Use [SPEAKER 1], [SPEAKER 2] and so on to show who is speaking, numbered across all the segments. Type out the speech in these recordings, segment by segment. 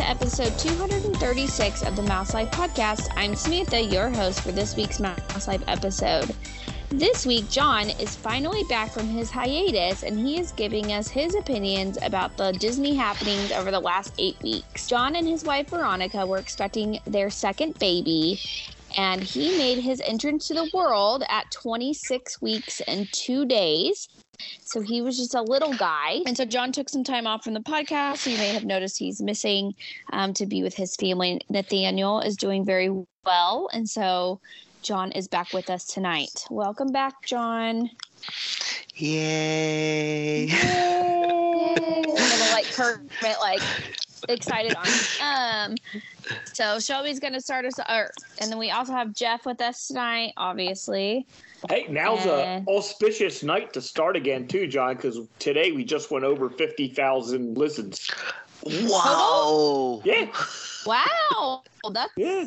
[SPEAKER 1] episode 236 of the Mouse Life Podcast. I'm Samantha, your host for this week's Mouse Life episode. This week, John is finally back from his hiatus and he is giving us his opinions about the Disney happenings over the last eight weeks. John and his wife Veronica were expecting their second baby, and he made his entrance to the world at 26 weeks and two days. So he was just a little guy. And so John took some time off from the podcast. So you may have noticed he's missing um, to be with his family. Nathaniel is doing very well. And so John is back with us tonight. Welcome back, John.
[SPEAKER 2] Yay.
[SPEAKER 1] Yay. Little, like Kermit, like excited on. Um, so Shelby's going to start us, or, and then we also have Jeff with us tonight, obviously.
[SPEAKER 3] Hey, now's
[SPEAKER 1] Yeah.
[SPEAKER 3] a auspicious night to start again too, John, because today we just went over fifty thousand listens.
[SPEAKER 2] Wow.
[SPEAKER 3] Yeah,
[SPEAKER 1] Wow, that
[SPEAKER 3] yeah.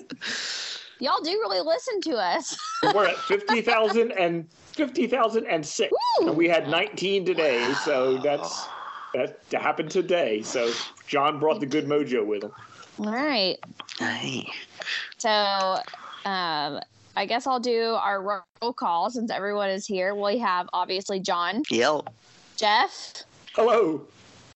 [SPEAKER 1] y'all do really listen to us.
[SPEAKER 3] We're at fifty thousand and fifty thousand and six.
[SPEAKER 1] Woo!
[SPEAKER 3] And we had nineteen today, so that's that happened today. So John brought the good mojo with him.
[SPEAKER 1] All right.
[SPEAKER 2] Hey.
[SPEAKER 1] So, um, I guess I'll do our roll call since everyone is here. We have obviously John,
[SPEAKER 2] Yep.
[SPEAKER 1] Jeff,
[SPEAKER 3] Hello.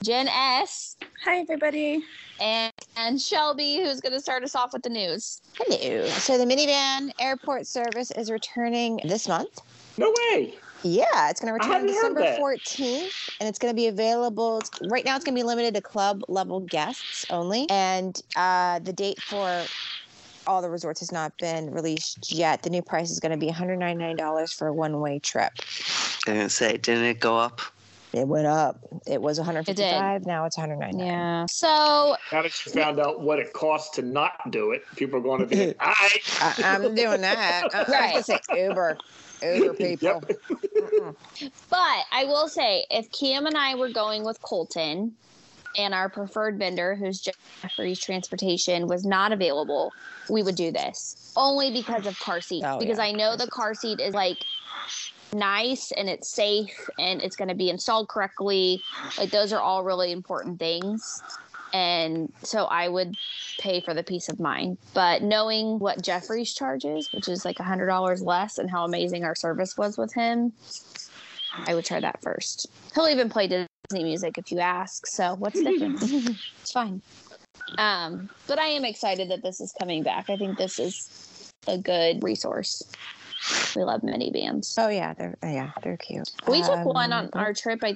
[SPEAKER 1] Jen S,
[SPEAKER 4] Hi, everybody.
[SPEAKER 1] and, and Shelby, who's going to start us off with the news.
[SPEAKER 5] Hello. So the minivan airport service is returning this month.
[SPEAKER 3] No way.
[SPEAKER 5] Yeah, it's going to return on
[SPEAKER 3] hadn't heard
[SPEAKER 5] December
[SPEAKER 3] that.
[SPEAKER 5] 14th, and it's going to be available. it's- Right now, it's going to be limited to club level guests only, and uh, the date for all the resorts has not been released yet. The new price is going to be $199 for a one way trip.
[SPEAKER 2] I was gonna say, didn't it go up?
[SPEAKER 5] It went up. It was 155. dollars Now it's 199. dollars
[SPEAKER 1] Yeah. So,
[SPEAKER 3] Now that you found out what it costs to not do it, people are going to be. I
[SPEAKER 5] I, I'm doing that. I, I was going to say Uber, Uber people.
[SPEAKER 3] Yep.
[SPEAKER 5] Mm-mm.
[SPEAKER 1] but I will say, if Cam and I were going with Colton, and our preferred vendor, who's Jeffrey's Transportation, was not available, we would do this only because of car seats.
[SPEAKER 5] Oh,
[SPEAKER 1] because
[SPEAKER 5] yeah.
[SPEAKER 1] I know the car seat is like nice and it's safe and it's going to be installed correctly. Like those are all really important things. And so I would pay for the peace of mind. But knowing what Jeffrey's charges, which is like $100 less, and how amazing our service was with him, I would try that first. He'll even play Disney music if you ask. So what's the difference? it's fine. Um, but I am excited that this is coming back. I think this is a good resource. We love minivans.
[SPEAKER 5] Oh yeah, they're yeah, they're cute.
[SPEAKER 1] We took one
[SPEAKER 5] Um,
[SPEAKER 1] on our trip. I,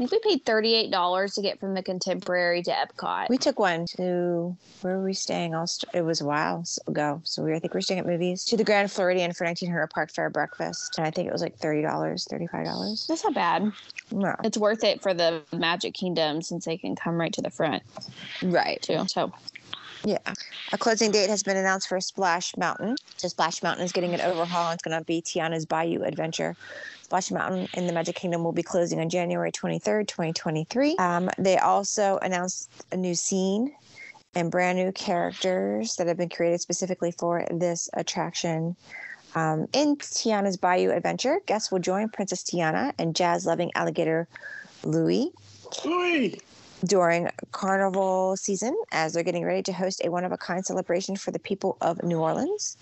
[SPEAKER 1] I think we paid thirty-eight dollars to get from the Contemporary to Epcot.
[SPEAKER 5] We took one to where were we staying? All st- it was a while s- ago. So we were, I think we were staying at movies to the Grand Floridian for 1900 Park Fair breakfast, and I think it was like thirty dollars, thirty five dollars.
[SPEAKER 1] That's not bad.
[SPEAKER 5] No,
[SPEAKER 1] It's worth it for the Magic Kingdom since they can come right to the front
[SPEAKER 5] right.
[SPEAKER 1] too. So
[SPEAKER 5] Yeah. A closing date has been announced for Splash Mountain. So Splash Mountain is getting an overhaul. It's going to be Tiana's Bayou Adventure. Splash Mountain in the Magic Kingdom will be closing on January 23rd, 2023. Um, they also announced a new scene and brand new characters that have been created specifically for this attraction. Um, in Tiana's Bayou Adventure, guests will join Princess Tiana and jazz loving alligator Louie
[SPEAKER 3] Oy.
[SPEAKER 5] during carnival season as they're getting ready to host a one of a kind celebration for the people of New Orleans.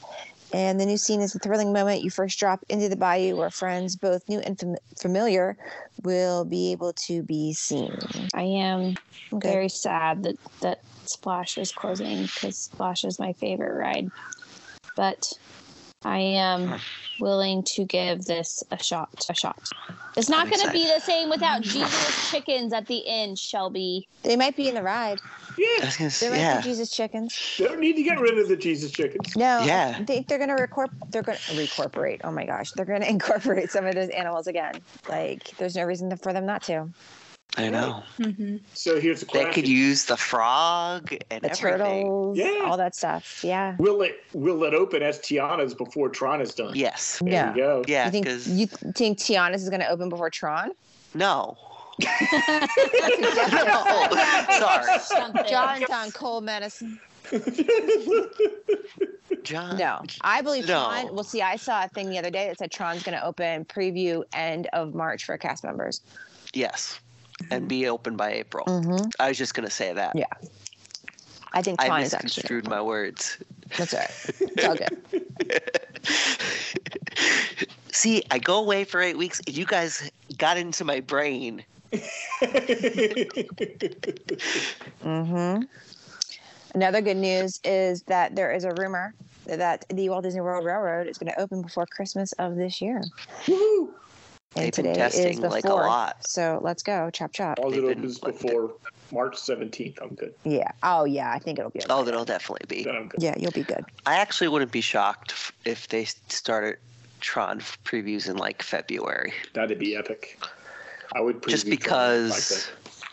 [SPEAKER 5] And the new scene is the thrilling moment you first drop into the bayou where friends, both new and fam- familiar, will be able to be seen.
[SPEAKER 1] I am
[SPEAKER 5] Okay.
[SPEAKER 1] very sad that that Splash is closing because Splash is my favorite ride. But I am willing to give this a shot. A shot. It's not
[SPEAKER 2] I'm
[SPEAKER 1] going to be the same without Jesus chickens at the end, Shelby.
[SPEAKER 5] They might be in the ride.
[SPEAKER 2] I
[SPEAKER 3] Yeah.
[SPEAKER 2] was gonna
[SPEAKER 5] They
[SPEAKER 2] say,
[SPEAKER 5] might
[SPEAKER 2] yeah.
[SPEAKER 5] be Jesus chickens.
[SPEAKER 3] Don't need to get rid of the Jesus chickens.
[SPEAKER 5] No.
[SPEAKER 2] Yeah.
[SPEAKER 5] I think they're gonna recor- they're gonna reincorporate. Oh my gosh. They're gonna incorporate some of those animals again. Like there's no reason for them not to.
[SPEAKER 2] I know.
[SPEAKER 4] Mm-hmm.
[SPEAKER 3] So here's the
[SPEAKER 2] They
[SPEAKER 3] question.
[SPEAKER 2] could use the frog and
[SPEAKER 5] The
[SPEAKER 2] everything.
[SPEAKER 5] turtles,
[SPEAKER 3] Yeah.
[SPEAKER 5] all that stuff. Yeah.
[SPEAKER 3] Will it will it open as Tiana's before Trana's done?
[SPEAKER 2] Yes.
[SPEAKER 3] There
[SPEAKER 5] Yeah.
[SPEAKER 3] you go.
[SPEAKER 2] Yeah,
[SPEAKER 5] you think
[SPEAKER 2] because
[SPEAKER 5] you think Tiana's is going to open before Tron?
[SPEAKER 2] no.
[SPEAKER 5] John
[SPEAKER 2] no. Sorry.
[SPEAKER 1] Something.
[SPEAKER 5] John Cole medicine.
[SPEAKER 2] John.
[SPEAKER 5] No, I believe
[SPEAKER 2] No.
[SPEAKER 5] Tron. Well, see, I saw a thing the other day that said Tron's going to open preview end of March for cast members.
[SPEAKER 2] Yes. And be open by April.
[SPEAKER 5] Mm-hmm.
[SPEAKER 2] I was just gonna say that.
[SPEAKER 5] Yeah. I think
[SPEAKER 2] I
[SPEAKER 5] Tron is actually.
[SPEAKER 2] misconstrued my words.
[SPEAKER 5] That's all right. It's all good.
[SPEAKER 2] See, I go away for eight weeks, and you guys got into my brain.
[SPEAKER 5] Mm-hmm. Another good news is that there is a rumor that the Walt Disney World Railroad is going to open before Christmas of this year.
[SPEAKER 3] Woo!
[SPEAKER 5] And
[SPEAKER 2] They've been
[SPEAKER 5] today is
[SPEAKER 2] testing,
[SPEAKER 5] the
[SPEAKER 2] like, a
[SPEAKER 5] 4th,
[SPEAKER 2] lot.
[SPEAKER 5] So let's go, chop chop.
[SPEAKER 3] All it
[SPEAKER 2] They've been
[SPEAKER 3] opens
[SPEAKER 2] like-
[SPEAKER 3] before March 17th. I'm good.
[SPEAKER 5] Yeah. Oh yeah, I think it'll be. Okay.
[SPEAKER 2] Oh, that'll definitely be.
[SPEAKER 3] Then I'm good.
[SPEAKER 5] Yeah, you'll be good.
[SPEAKER 2] I actually wouldn't be shocked f- if they started Tron previews in like February,
[SPEAKER 3] That'd be epic. I would
[SPEAKER 2] just
[SPEAKER 3] preview Tron
[SPEAKER 2] because
[SPEAKER 3] like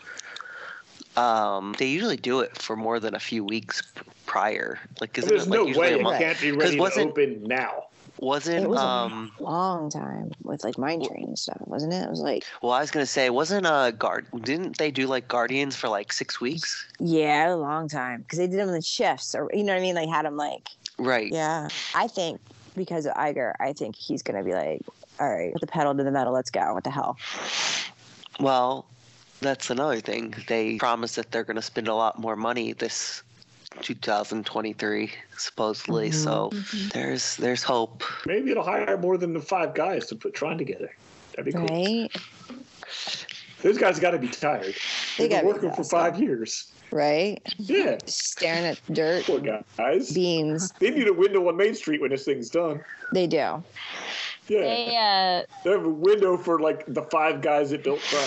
[SPEAKER 3] that.
[SPEAKER 2] um, they usually do it for more than a few weeks p- prior. Like, isn't
[SPEAKER 3] there's
[SPEAKER 2] it like
[SPEAKER 3] no
[SPEAKER 2] usually
[SPEAKER 3] way
[SPEAKER 2] a
[SPEAKER 3] it
[SPEAKER 2] month?
[SPEAKER 5] month.
[SPEAKER 3] can't be
[SPEAKER 2] 'Cause
[SPEAKER 3] ready to
[SPEAKER 2] wasn't-
[SPEAKER 3] open now.
[SPEAKER 5] It
[SPEAKER 2] Wasn't
[SPEAKER 5] was
[SPEAKER 2] um?
[SPEAKER 5] a long time with like mine
[SPEAKER 2] Wh-
[SPEAKER 5] train and stuff, wasn't it? It was like
[SPEAKER 2] Well, I was gonna say, wasn't uh guard? Didn't they do like Guardians for like six weeks?
[SPEAKER 5] yeah, a long time because they did them in shifts, or you know what I mean? Like had them like
[SPEAKER 2] Right.
[SPEAKER 5] yeah. I think because of Iger, I think he's gonna be like, all right, put the pedal to the metal, let's go. What the hell?
[SPEAKER 2] Well, that's another thing. They promised that they're going to spend a lot more money this 2023, supposedly.
[SPEAKER 5] Mm-hmm.
[SPEAKER 2] So there's there's hope.
[SPEAKER 3] Maybe it'll hire more than the five guys to put Tron together. That'd be cool.
[SPEAKER 5] Right,
[SPEAKER 3] Those guys got to be tired.
[SPEAKER 5] They
[SPEAKER 3] They've been
[SPEAKER 5] gotta be
[SPEAKER 3] working for five years.
[SPEAKER 5] right.
[SPEAKER 3] Yeah,
[SPEAKER 5] Staring at dirt
[SPEAKER 3] poor guys.
[SPEAKER 5] beams.
[SPEAKER 3] They need a window on Main Street when this thing's done.
[SPEAKER 5] They do.
[SPEAKER 3] Yeah,
[SPEAKER 1] They, uh,
[SPEAKER 3] they have a window for like the five guys that built Tron.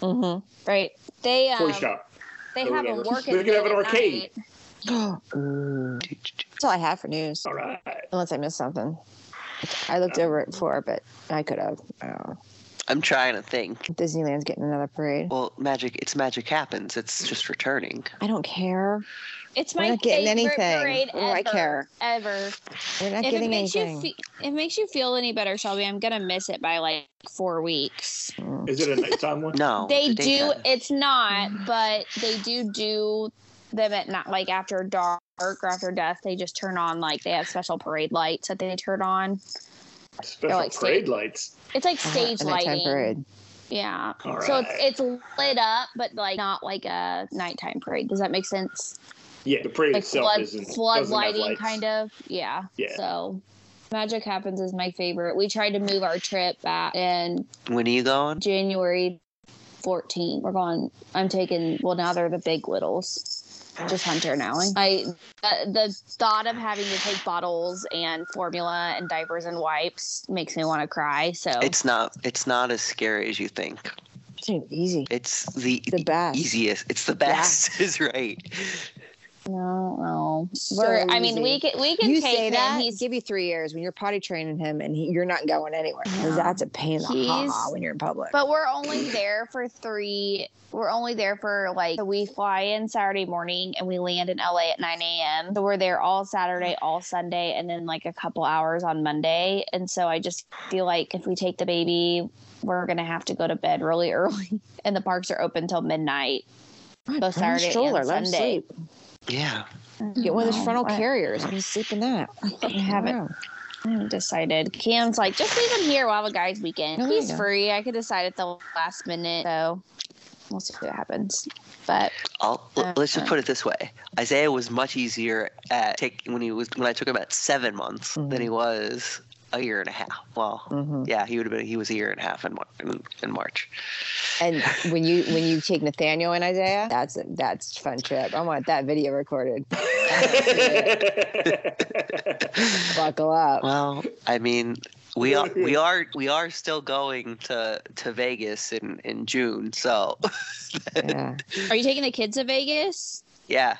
[SPEAKER 5] Mm-hmm.
[SPEAKER 1] right. They,
[SPEAKER 3] Toy
[SPEAKER 1] um,
[SPEAKER 3] shop.
[SPEAKER 1] they
[SPEAKER 3] or
[SPEAKER 1] have a
[SPEAKER 3] whatever.
[SPEAKER 1] work
[SPEAKER 3] They could have an
[SPEAKER 1] event at
[SPEAKER 3] arcade.
[SPEAKER 1] night.
[SPEAKER 5] That's all I have for news.
[SPEAKER 3] All right.
[SPEAKER 5] Unless I missed something. I looked over it before, but I could have. I don't know.
[SPEAKER 2] I'm trying to think.
[SPEAKER 5] Disneyland's getting another parade.
[SPEAKER 2] Well, magic. It's magic happens. It's just returning.
[SPEAKER 5] I don't care.
[SPEAKER 1] It's
[SPEAKER 5] We're
[SPEAKER 1] my
[SPEAKER 5] not getting
[SPEAKER 1] favorite
[SPEAKER 5] anything.
[SPEAKER 1] parade
[SPEAKER 5] What do
[SPEAKER 1] ever.
[SPEAKER 5] I care?
[SPEAKER 1] Ever.
[SPEAKER 5] We're not
[SPEAKER 1] if it
[SPEAKER 5] getting
[SPEAKER 1] makes
[SPEAKER 5] anything.
[SPEAKER 1] you fe- if it makes you feel any better, Shelby, I'm gonna miss it by like four weeks.
[SPEAKER 5] Mm.
[SPEAKER 3] Is it a nighttime one?
[SPEAKER 5] Oh,
[SPEAKER 2] No,
[SPEAKER 1] they
[SPEAKER 2] it's a
[SPEAKER 1] do.
[SPEAKER 2] daytime.
[SPEAKER 1] It's not, but they do do them at not like after dark or after dusk. They just turn on like they have special parade lights that they turn on.
[SPEAKER 3] Special
[SPEAKER 1] like
[SPEAKER 3] parade
[SPEAKER 1] state-
[SPEAKER 3] lights.
[SPEAKER 1] It's like
[SPEAKER 5] Uh-huh,
[SPEAKER 1] stage
[SPEAKER 5] a nighttime
[SPEAKER 1] lighting.
[SPEAKER 5] parade.
[SPEAKER 1] Yeah.
[SPEAKER 3] All
[SPEAKER 1] So it's
[SPEAKER 3] right.
[SPEAKER 1] it's lit up, but like not like a nighttime parade. Does that make sense?
[SPEAKER 3] Yeah, the parade
[SPEAKER 1] Like
[SPEAKER 3] itself
[SPEAKER 1] flood
[SPEAKER 3] isn't
[SPEAKER 1] flood
[SPEAKER 3] doesn't have
[SPEAKER 1] lighting
[SPEAKER 3] lights.
[SPEAKER 1] kind of. Yeah.
[SPEAKER 3] Yeah.
[SPEAKER 1] So Magic Happens is my favorite. We tried to move our trip back and
[SPEAKER 2] When are you going?
[SPEAKER 1] January 14. We're going. I'm taking. Well, now they're the big littles. Just Hunter and Allie. I uh, the thought of having to take bottles and formula and diapers and wipes makes me want to cry. So
[SPEAKER 2] It's not. It's not as scary as you think.
[SPEAKER 5] It's easy.
[SPEAKER 2] It's the,
[SPEAKER 5] The best.
[SPEAKER 2] easiest. It's the best. Is right.
[SPEAKER 1] no, no.
[SPEAKER 5] So
[SPEAKER 1] We're, I mean,
[SPEAKER 5] easy.
[SPEAKER 1] we can we can
[SPEAKER 5] You
[SPEAKER 1] take
[SPEAKER 5] say that.
[SPEAKER 1] him.
[SPEAKER 5] He's
[SPEAKER 1] He's
[SPEAKER 5] give you three years when you're potty training him, and he, you're not going anywhere. 'Cause
[SPEAKER 1] Yeah.
[SPEAKER 5] That's a pain in the
[SPEAKER 1] He's-
[SPEAKER 5] ha when you're in public.
[SPEAKER 1] but we're only there for three. We're only there for like so we fly in Saturday morning and we land in LA at 9 a.m. So we're there all Saturday, all Sunday, and then like a couple hours on Monday. And so I just feel like if we take the baby, we're gonna have to go to bed really early, and the parks are open till midnight.
[SPEAKER 5] Run,
[SPEAKER 1] both
[SPEAKER 5] run a
[SPEAKER 1] Saturday and
[SPEAKER 5] let him
[SPEAKER 1] Sunday.
[SPEAKER 5] sleep.
[SPEAKER 2] Yeah.
[SPEAKER 5] Get one
[SPEAKER 1] No,
[SPEAKER 5] of those frontal
[SPEAKER 1] I-
[SPEAKER 5] carriers. I'm sleeping that.
[SPEAKER 1] I haven't
[SPEAKER 5] Wow.
[SPEAKER 1] I haven't decided. Cam's like, just leave him here. We'll have a guys' weekend.
[SPEAKER 5] Oh, there
[SPEAKER 1] He's
[SPEAKER 5] you go.
[SPEAKER 1] free. I could decide at the last minute, so we'll see what happens. But
[SPEAKER 2] I'll, l- let's just
[SPEAKER 1] Uh-uh.
[SPEAKER 2] put it this way: Isaiah was much easier at take when he was when I took him at seven months
[SPEAKER 5] Mhm.
[SPEAKER 2] than he was a year and a half. Well,
[SPEAKER 5] Mhm.
[SPEAKER 2] yeah, he would have been. He was a year and a half in Mar- in, in March.
[SPEAKER 5] And when you when you take Nathaniel and Isaiah, that's a, that's a fun trip. I want that video recorded. Buckle up.
[SPEAKER 2] Well, I mean, we are we are we are still going to to Vegas in in June. So
[SPEAKER 5] Yeah.
[SPEAKER 1] are you taking the kids to Vegas?
[SPEAKER 2] yeah.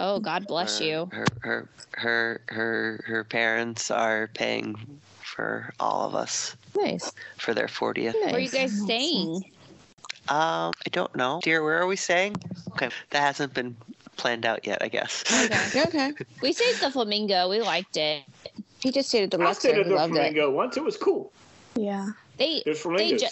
[SPEAKER 1] Oh, God bless
[SPEAKER 2] her,
[SPEAKER 1] you.
[SPEAKER 2] Her her her her her parents are paying for all of us
[SPEAKER 1] Nice.
[SPEAKER 2] for their 40th.
[SPEAKER 1] Where are you guys staying?
[SPEAKER 2] Um, I don't know. Dear, where are we staying? Okay, that hasn't been planned out yet, I guess.
[SPEAKER 1] Okay.
[SPEAKER 5] Okay.
[SPEAKER 1] We stayed at the Flamingo. We liked it.
[SPEAKER 5] He just stayed at the
[SPEAKER 3] I
[SPEAKER 5] Luxor.
[SPEAKER 3] stayed
[SPEAKER 5] He
[SPEAKER 3] at the
[SPEAKER 5] loved it.
[SPEAKER 3] Flamingo once. It was cool.
[SPEAKER 4] Yeah.
[SPEAKER 1] They,
[SPEAKER 3] There's flamingos.
[SPEAKER 1] ju-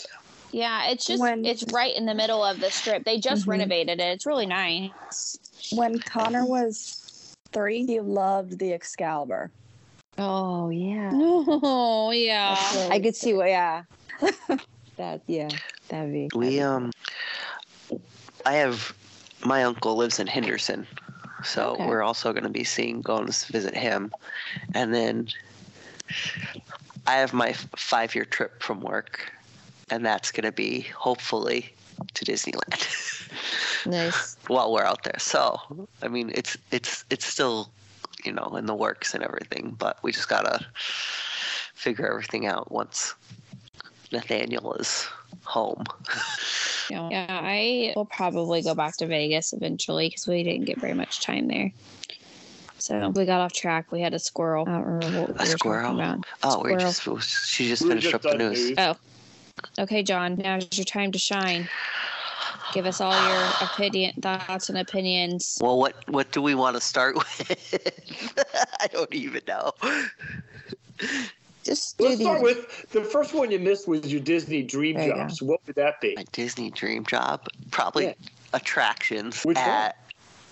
[SPEAKER 1] yeah, it's just,
[SPEAKER 4] When-
[SPEAKER 1] it's right in the middle of the strip. They just
[SPEAKER 4] Mhm.
[SPEAKER 1] renovated it. It's really nice.
[SPEAKER 4] When Connor was three, he loved the Excalibur.
[SPEAKER 5] Oh yeah.
[SPEAKER 1] Oh, yeah.
[SPEAKER 5] I could see what. Yeah. that yeah. That'd be.
[SPEAKER 2] We um, I have my uncle lives in Henderson, So
[SPEAKER 5] Okay.
[SPEAKER 2] we're also going to be seeing going to visit him, and then I have my five year trip from work, and that's going to be hopefully to Disneyland
[SPEAKER 5] Nice.
[SPEAKER 2] while we're out there. So I mean, it's it's it's still you know in the works and everything, but we just gotta figure everything out once Nathaniel is home.
[SPEAKER 1] Yeah, yeah, I will probably go back to Vegas eventually because we didn't get very much time there. So we got off track. We had a squirrel. I don't remember what we were talking
[SPEAKER 2] squirrel?
[SPEAKER 1] about.
[SPEAKER 2] Oh, we
[SPEAKER 1] Squirrel.
[SPEAKER 2] just she just
[SPEAKER 3] We were
[SPEAKER 2] finished up the
[SPEAKER 3] done
[SPEAKER 2] news.
[SPEAKER 1] Oh, okay, John. Now's your time to shine. Give us all your opinion, thoughts, and opinions.
[SPEAKER 2] Well, what what do we want to start with? I don't even know.
[SPEAKER 5] Just do
[SPEAKER 3] Let's
[SPEAKER 5] the.
[SPEAKER 3] start with the first one you missed was your Disney dream
[SPEAKER 5] There you go.
[SPEAKER 3] jobs. What would that be?
[SPEAKER 2] My Disney dream job, probably
[SPEAKER 3] Yeah.
[SPEAKER 2] attractions
[SPEAKER 3] Which one?
[SPEAKER 2] at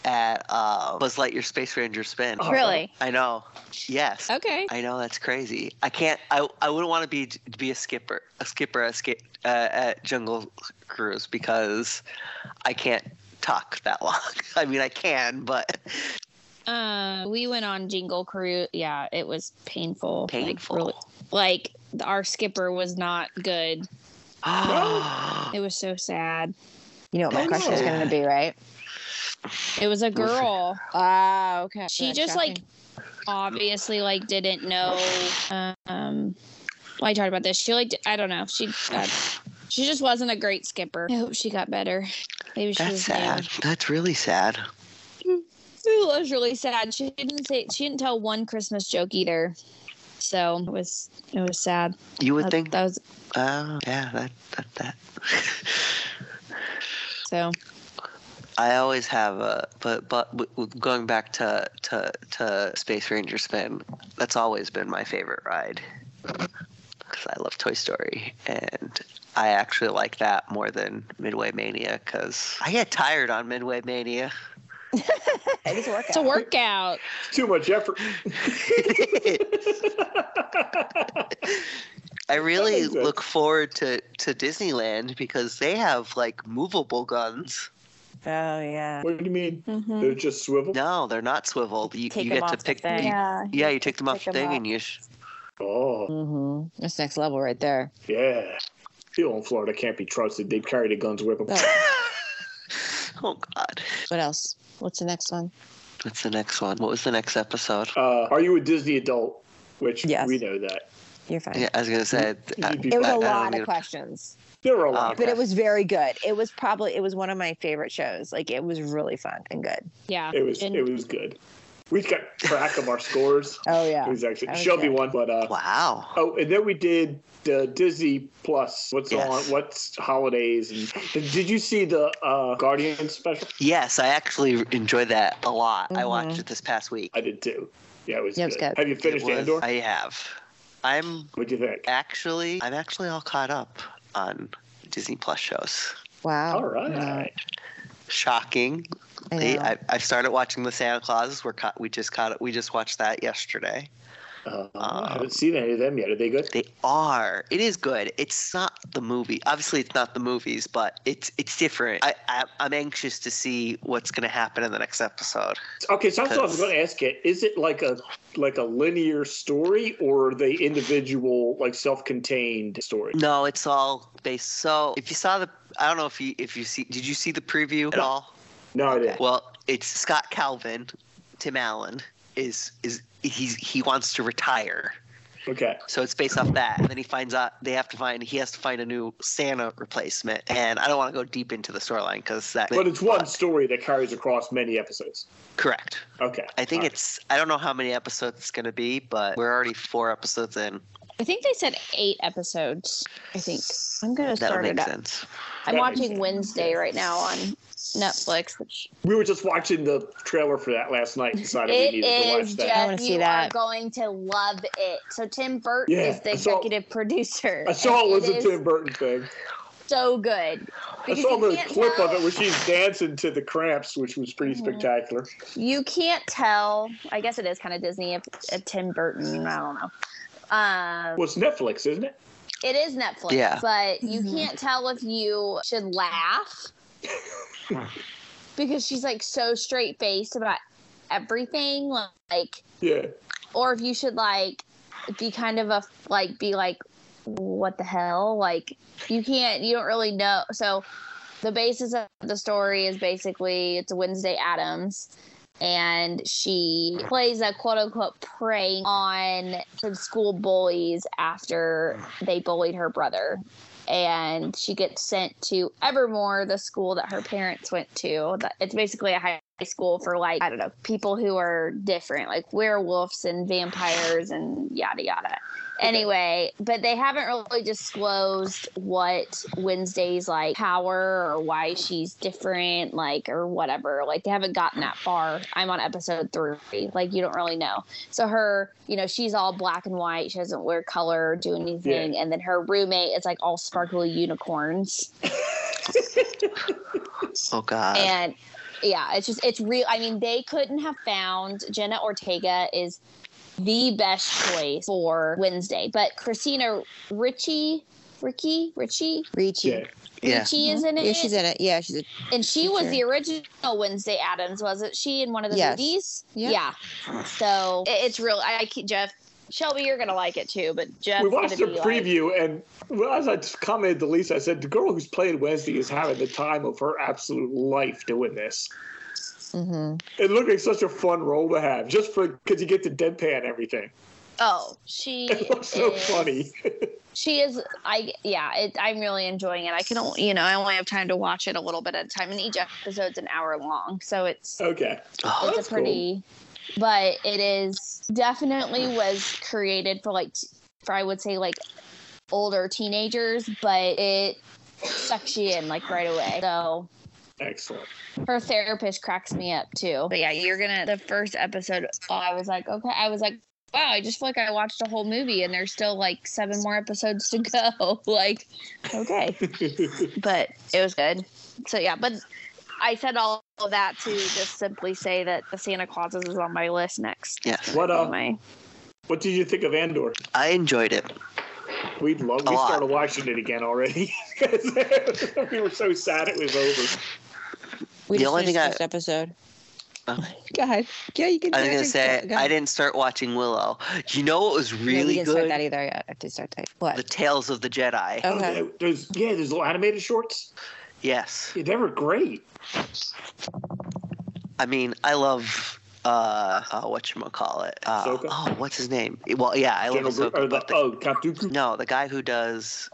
[SPEAKER 2] at uh, Buzz Lightyear Space Ranger Spin.
[SPEAKER 3] Oh.
[SPEAKER 1] Really?
[SPEAKER 2] I know. Yes.
[SPEAKER 1] Okay.
[SPEAKER 2] I know that's crazy. I can't. I, I wouldn't want to be be a skipper, a skipper at, ski, uh, at Jungle Cruise because I can't talk that long. I mean, I can, but
[SPEAKER 1] Um, we went on Jingle Cruise. Yeah, it was painful.
[SPEAKER 2] painful.
[SPEAKER 1] Like, really, like our skipper was not good.
[SPEAKER 2] Ah,
[SPEAKER 1] It was so sad.
[SPEAKER 5] You know what my
[SPEAKER 3] Oh,
[SPEAKER 5] question is
[SPEAKER 2] no.
[SPEAKER 5] going to be, right?
[SPEAKER 1] It was a
[SPEAKER 2] Listen.
[SPEAKER 1] girl.
[SPEAKER 5] Ah, okay.
[SPEAKER 1] she just like obviously like didn't know um well, I talked about this. She like d- I don't know. She uh, she just wasn't a great skipper. I hope she got better. Maybe she
[SPEAKER 2] that's
[SPEAKER 1] was mad.
[SPEAKER 2] sad. That's really sad.
[SPEAKER 1] It was really sad. She didn't say she didn't tell one Christmas joke either. So it was it was sad.
[SPEAKER 2] You would
[SPEAKER 1] That,
[SPEAKER 2] think.
[SPEAKER 1] that was
[SPEAKER 2] Oh, yeah. That that that.
[SPEAKER 1] so
[SPEAKER 2] I always have a but but w- w- going back to to to Space Ranger Spin, that's always been my favorite ride because I love Toy Story and I actually like that more than Midway Mania because I get tired on Midway Mania.
[SPEAKER 5] it is working.
[SPEAKER 1] it's a workout.
[SPEAKER 3] Too much effort.
[SPEAKER 2] I really
[SPEAKER 3] makes sense.
[SPEAKER 2] look forward to to Disneyland because they have like movable guns.
[SPEAKER 5] Oh yeah.
[SPEAKER 3] what do you mean?
[SPEAKER 4] Mm-hmm.
[SPEAKER 3] They're just swivel.
[SPEAKER 2] No, they're not swiveled. You,
[SPEAKER 5] Take
[SPEAKER 2] you
[SPEAKER 5] them
[SPEAKER 2] get to
[SPEAKER 5] off the
[SPEAKER 2] pick.
[SPEAKER 5] thing.
[SPEAKER 2] you-
[SPEAKER 4] Yeah.
[SPEAKER 2] yeah, you take them off
[SPEAKER 4] Pick
[SPEAKER 2] the
[SPEAKER 4] 'em
[SPEAKER 2] thing
[SPEAKER 4] up.
[SPEAKER 2] and you. Sh-
[SPEAKER 3] Oh.
[SPEAKER 5] Mm-hmm. That's next level right there.
[SPEAKER 3] Yeah. People in Florida can't be trusted. They carry the guns with them.
[SPEAKER 5] Oh,
[SPEAKER 2] oh God.
[SPEAKER 5] what else? What's the next one?
[SPEAKER 2] What's the next one? What was the next episode?
[SPEAKER 3] Uh, are you a Disney adult? Which
[SPEAKER 5] Yes.
[SPEAKER 3] we know that.
[SPEAKER 5] You're fine.
[SPEAKER 2] Yeah, I was gonna say. I-
[SPEAKER 5] It was
[SPEAKER 2] I- I
[SPEAKER 5] a
[SPEAKER 2] don't
[SPEAKER 5] lot
[SPEAKER 2] need
[SPEAKER 5] of
[SPEAKER 2] to-
[SPEAKER 5] questions,
[SPEAKER 3] There are a lot.
[SPEAKER 2] Um,
[SPEAKER 5] but
[SPEAKER 2] Okay.
[SPEAKER 5] it was very good. It was probably it was one of my favorite shows. Like it was really fun and good.
[SPEAKER 1] Yeah.
[SPEAKER 3] It was
[SPEAKER 1] And-
[SPEAKER 3] it was good. We kept track of our scores.
[SPEAKER 5] Oh
[SPEAKER 3] It
[SPEAKER 5] yeah.
[SPEAKER 3] was actually
[SPEAKER 5] Okay.
[SPEAKER 3] Shelby won, but uh,
[SPEAKER 2] Wow.
[SPEAKER 3] oh, and then we did the Disney Plus. What's
[SPEAKER 2] Yes.
[SPEAKER 3] on? What's holidays? And did you see the uh, Guardian special?
[SPEAKER 2] Yes, I actually enjoyed that a lot. I
[SPEAKER 5] Mhm.
[SPEAKER 2] watched it this past week.
[SPEAKER 3] I did too. Yeah, it was,
[SPEAKER 5] Yeah, it
[SPEAKER 3] good.
[SPEAKER 5] was good.
[SPEAKER 3] Have you
[SPEAKER 2] It
[SPEAKER 3] finished
[SPEAKER 2] was-
[SPEAKER 3] Andor?
[SPEAKER 2] I have. I'm
[SPEAKER 3] What'd you think?
[SPEAKER 2] actually. I'm actually all caught up on Disney Plus shows.
[SPEAKER 5] Wow.
[SPEAKER 3] All right.
[SPEAKER 5] No,
[SPEAKER 2] Shocking.
[SPEAKER 5] I know.
[SPEAKER 2] I, I started watching the Santa Clauses. We're caught, we just caught it. We just watched that yesterday.
[SPEAKER 3] Uh,
[SPEAKER 2] Um,
[SPEAKER 3] I haven't seen any of them yet. Are they good?
[SPEAKER 2] They are. It is good. It's not the movie. Obviously, it's not the movies, but it's it's different. I, I I'm anxious to see what's going to happen in the next episode.
[SPEAKER 3] Okay, so that's what I was
[SPEAKER 2] 'Cause-
[SPEAKER 3] going to ask you. Is it like a like a linear story, or are they individual, like self-contained stories?
[SPEAKER 2] No, it's all based. So if you saw the, I don't know if you if you see, did you see the preview at all?
[SPEAKER 3] No, I didn't.
[SPEAKER 2] Well, it's Scott Calvin, Tim Allen is is he's he wants to retire.
[SPEAKER 3] Okay.
[SPEAKER 2] So it's based off that. And then he finds out they have to find he has to find a new Santa replacement. And I don't want to go deep into the storyline because that. Uh,
[SPEAKER 3] But it's one story that carries across many episodes.
[SPEAKER 2] Correct.
[SPEAKER 3] Okay.
[SPEAKER 2] I think
[SPEAKER 3] All right.
[SPEAKER 2] it's I don't know how many episodes it's gonna be, but we're already four episodes in.
[SPEAKER 1] I think they said eight episodes. I think I'm gonna
[SPEAKER 2] That'll
[SPEAKER 1] start
[SPEAKER 2] make
[SPEAKER 1] it up.
[SPEAKER 2] sense.
[SPEAKER 1] I'm
[SPEAKER 3] That
[SPEAKER 1] watching Wednesday right now on Netflix, which
[SPEAKER 3] we were just watching the trailer for that last night. and Decided we
[SPEAKER 1] It
[SPEAKER 3] needed to watch
[SPEAKER 1] is
[SPEAKER 3] that.
[SPEAKER 5] I wanna
[SPEAKER 1] just
[SPEAKER 5] see
[SPEAKER 1] you are
[SPEAKER 5] that.
[SPEAKER 1] going to love it. So Tim Burton
[SPEAKER 3] Yeah,
[SPEAKER 1] is the
[SPEAKER 3] I saw-
[SPEAKER 1] executive producer.
[SPEAKER 3] I saw
[SPEAKER 1] and
[SPEAKER 3] it was a
[SPEAKER 1] is
[SPEAKER 3] Tim Burton thing.
[SPEAKER 1] So good.
[SPEAKER 3] I
[SPEAKER 1] Because
[SPEAKER 3] saw
[SPEAKER 1] you
[SPEAKER 3] the
[SPEAKER 1] can't
[SPEAKER 3] clip
[SPEAKER 1] tell,
[SPEAKER 3] of it where she's dancing to the cramps, which was pretty
[SPEAKER 1] Mhm.
[SPEAKER 3] spectacular.
[SPEAKER 1] You can't tell. I guess it is kind of Disney if, if Tim Burton. I don't know. Um,
[SPEAKER 3] Well, it's Netflix, isn't it?
[SPEAKER 1] it is Netflix,
[SPEAKER 2] Yeah.
[SPEAKER 1] but you
[SPEAKER 4] Mhm.
[SPEAKER 1] can't tell if you should laugh because she's like so straight faced about everything, like,
[SPEAKER 3] Yeah.
[SPEAKER 1] or if you should like be kind of a like be like what the hell like you can't you don't really know so the basis of the story is basically it's wednesday adams and she plays a quote unquote prey on some school bullies after they bullied her brother and she gets sent to evermore the school that her parents went to That- it's basically a high high school for like I don't know people who are different, like werewolves and vampires and yada yada. Anyway, but they haven't really disclosed what Wednesday's like power or why she's different, like or whatever. Like they haven't gotten that far. I'm on episode three. Like you don't really know. So her, you know, she's all black and white. She doesn't wear color or do anything. And then her roommate is like all sparkly unicorns.
[SPEAKER 2] Oh God.
[SPEAKER 1] and yeah, it's just it's real. I mean, they couldn't have found Jenna Ortega is the best choice for Wednesday, but Christina Ritchie, Ricky, Ritchie,
[SPEAKER 5] Ricci.
[SPEAKER 3] Yeah.
[SPEAKER 2] yeah.
[SPEAKER 1] Richie is in it,
[SPEAKER 5] Mm-hmm. Yeah, she's in it. Yeah, she's. A,
[SPEAKER 1] and she was
[SPEAKER 5] teacher.
[SPEAKER 1] the original Wednesday Adams, wasn't she? In one of the
[SPEAKER 5] Yes.
[SPEAKER 1] movies,
[SPEAKER 5] Yeah.
[SPEAKER 1] yeah. So it, it's real. I, I keep Jeff. Shelby, you're gonna like it too, but Jeff.
[SPEAKER 3] we watched a
[SPEAKER 1] gonna be like-
[SPEAKER 3] preview, and well, as I just commented to Lisa, I said the girl who's playing Wednesday is having the time of her absolute life doing this.
[SPEAKER 5] mhm.
[SPEAKER 3] It looked like such a fun role to have, just for because you get to deadpan everything.
[SPEAKER 1] oh, she.
[SPEAKER 3] It looks so
[SPEAKER 1] is-
[SPEAKER 3] funny.
[SPEAKER 1] she is i yeah it, i'm really enjoying it i can only you know i only have time to watch it a little bit at a time and each episode's an hour long so it's
[SPEAKER 3] okay,
[SPEAKER 2] Oh,
[SPEAKER 1] it's
[SPEAKER 3] that's
[SPEAKER 1] a pretty but it is definitely was created for like t- for i would say like older teenagers but it sucks you in like right away so
[SPEAKER 3] excellent.
[SPEAKER 1] her therapist cracks me up too but yeah you're gonna the first episode i was like okay i was like wow i just feel like i watched a whole movie and there's still like seven more episodes to go like okay but it was good so yeah but i said all of that to just simply say that the santa clauses is on my list next
[SPEAKER 2] yes.
[SPEAKER 3] what uh,
[SPEAKER 1] Oh my
[SPEAKER 3] what did you think of Andor?
[SPEAKER 2] I enjoyed it.
[SPEAKER 3] We love.
[SPEAKER 2] A
[SPEAKER 3] We
[SPEAKER 2] lot.
[SPEAKER 3] started watching it again already. we were so sad it was over.
[SPEAKER 5] We
[SPEAKER 2] The
[SPEAKER 5] just
[SPEAKER 2] only
[SPEAKER 5] finished
[SPEAKER 2] thing I-
[SPEAKER 5] the first episode.
[SPEAKER 2] Oh.
[SPEAKER 5] God. Yeah, you can.
[SPEAKER 2] I was gonna say I didn't start watching Willow. You know what was
[SPEAKER 5] No, we
[SPEAKER 2] really
[SPEAKER 5] didn't
[SPEAKER 2] good?
[SPEAKER 5] start that either. I have to start that.
[SPEAKER 2] The
[SPEAKER 5] What?
[SPEAKER 2] Tales of the Jedi.
[SPEAKER 5] Okay.
[SPEAKER 3] Yeah, Oh, there's yeah, there's little animated shorts.
[SPEAKER 2] Yes.
[SPEAKER 3] Yeah, they were great.
[SPEAKER 2] I mean, I love uh, uh whatchamacallit. Uh,
[SPEAKER 3] Ahsoka?
[SPEAKER 2] oh, what's his name? Well, yeah, I love
[SPEAKER 3] General
[SPEAKER 2] Ahsoka.
[SPEAKER 3] Gru- or
[SPEAKER 2] but
[SPEAKER 3] the,
[SPEAKER 2] the-
[SPEAKER 3] oh, Count Dooku.
[SPEAKER 2] no, the guy who does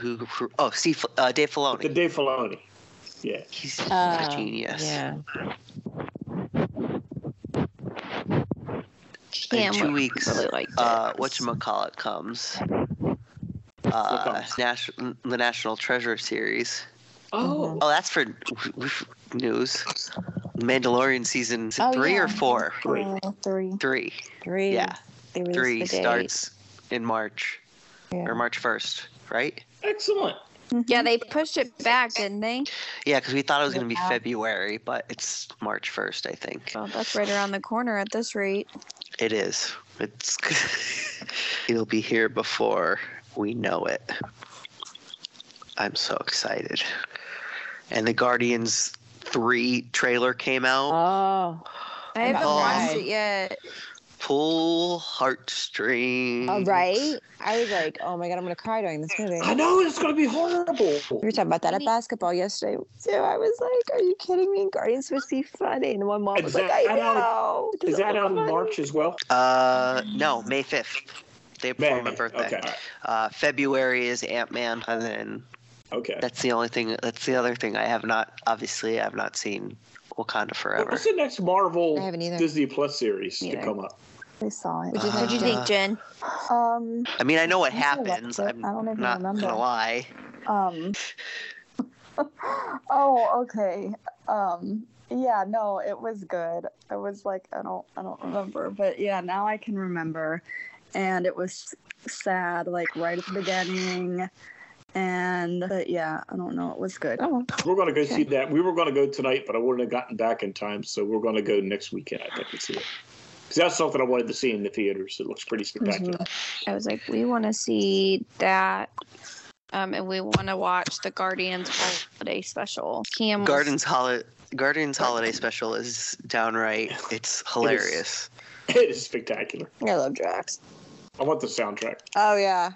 [SPEAKER 2] who, who oh, Steve, Fil- uh, Dave Filoni.
[SPEAKER 3] The Dave Filoni. Yeah.
[SPEAKER 2] He's
[SPEAKER 5] Oh,
[SPEAKER 2] a genius.
[SPEAKER 5] Yeah.
[SPEAKER 2] In
[SPEAKER 1] Cam
[SPEAKER 2] two weeks,
[SPEAKER 1] really liked it.
[SPEAKER 2] uh, whatchamacallit comes. Uh,
[SPEAKER 3] comes?
[SPEAKER 2] Nas- the National Treasure series.
[SPEAKER 3] Oh,
[SPEAKER 2] Oh, that's for news. Mandalorian season
[SPEAKER 5] Oh,
[SPEAKER 2] three or
[SPEAKER 5] yeah.
[SPEAKER 2] four?
[SPEAKER 3] great.
[SPEAKER 4] Oh, three.
[SPEAKER 2] Three.
[SPEAKER 5] Three.
[SPEAKER 2] Yeah.
[SPEAKER 5] They released
[SPEAKER 2] Three
[SPEAKER 5] the date.
[SPEAKER 2] starts in March
[SPEAKER 5] Yeah.
[SPEAKER 2] or March 1st, right?
[SPEAKER 5] Mm-hmm.
[SPEAKER 3] Excellent.
[SPEAKER 1] yeah they pushed it back didn't they
[SPEAKER 2] Yeah, because we thought it was going to be
[SPEAKER 5] Yeah.
[SPEAKER 2] February, but it's March 1st, I think.
[SPEAKER 1] well that's right around the corner at this rate
[SPEAKER 2] It is. It's. It'll be here before we know it. I'm so excited. And the Guardians 3 trailer came out.
[SPEAKER 4] Oh,
[SPEAKER 1] i haven't
[SPEAKER 2] Oh,
[SPEAKER 1] watched
[SPEAKER 4] I-
[SPEAKER 1] it yet
[SPEAKER 2] Pull heartstrings.
[SPEAKER 5] Oh, right? I was like, oh my god, I'm gonna cry during this movie.
[SPEAKER 3] I know it's going to be horrible.
[SPEAKER 5] We were talking about that at basketball yesterday too. I was like, "Are you kidding me? Guardians supposed to be funny," and my mom
[SPEAKER 3] Is
[SPEAKER 5] was
[SPEAKER 3] that
[SPEAKER 5] like, "I
[SPEAKER 3] out-
[SPEAKER 5] know." it
[SPEAKER 3] Is
[SPEAKER 5] doesn't
[SPEAKER 3] that
[SPEAKER 5] look
[SPEAKER 3] out in
[SPEAKER 5] funny."
[SPEAKER 3] March as well?
[SPEAKER 2] Uh, no, May 5th. Day before my
[SPEAKER 3] Man,
[SPEAKER 2] birthday.
[SPEAKER 3] Okay. all right.
[SPEAKER 2] Uh, February is Ant Man, and then
[SPEAKER 3] Okay.
[SPEAKER 2] that's the only thing. That's the other thing I have not. Obviously, I've not seen Wakanda Forever.
[SPEAKER 3] What's the next Marvel
[SPEAKER 5] I haven't either.
[SPEAKER 3] Disney Plus series
[SPEAKER 5] Neither.
[SPEAKER 3] to come up?
[SPEAKER 4] I saw it.
[SPEAKER 5] Which is
[SPEAKER 1] what'd you think
[SPEAKER 2] Uh,
[SPEAKER 1] jen
[SPEAKER 4] Um,
[SPEAKER 2] I mean, I know what
[SPEAKER 4] I still like
[SPEAKER 2] happens.
[SPEAKER 4] it.
[SPEAKER 2] I'm
[SPEAKER 4] I don't even
[SPEAKER 2] not
[SPEAKER 4] remember.
[SPEAKER 2] gonna lie.
[SPEAKER 4] um. oh, okay. Um. Yeah. No, it was good. It was like I don't, I don't remember, but yeah, now I can remember, and it was sad, like right at the beginning, and but yeah, I don't know, it was good.
[SPEAKER 5] Oh,
[SPEAKER 3] We're going to go see that. We were going to go tonight, but I wouldn't have gotten back in time, so we're going to go next weekend. I think and see it. 'Cause that's something I wanted to see in the theaters. It looks pretty spectacular.
[SPEAKER 1] I was like, we want to see that, um, and we want to watch the Guardians holiday special. Cam, was-
[SPEAKER 2] Gardens Holiday. Guardians Holiday Special is downright. It's hilarious.
[SPEAKER 5] Mm-hmm.
[SPEAKER 3] It is spectacular.
[SPEAKER 5] I love Drax.
[SPEAKER 3] I want the soundtrack.
[SPEAKER 5] Oh yeah.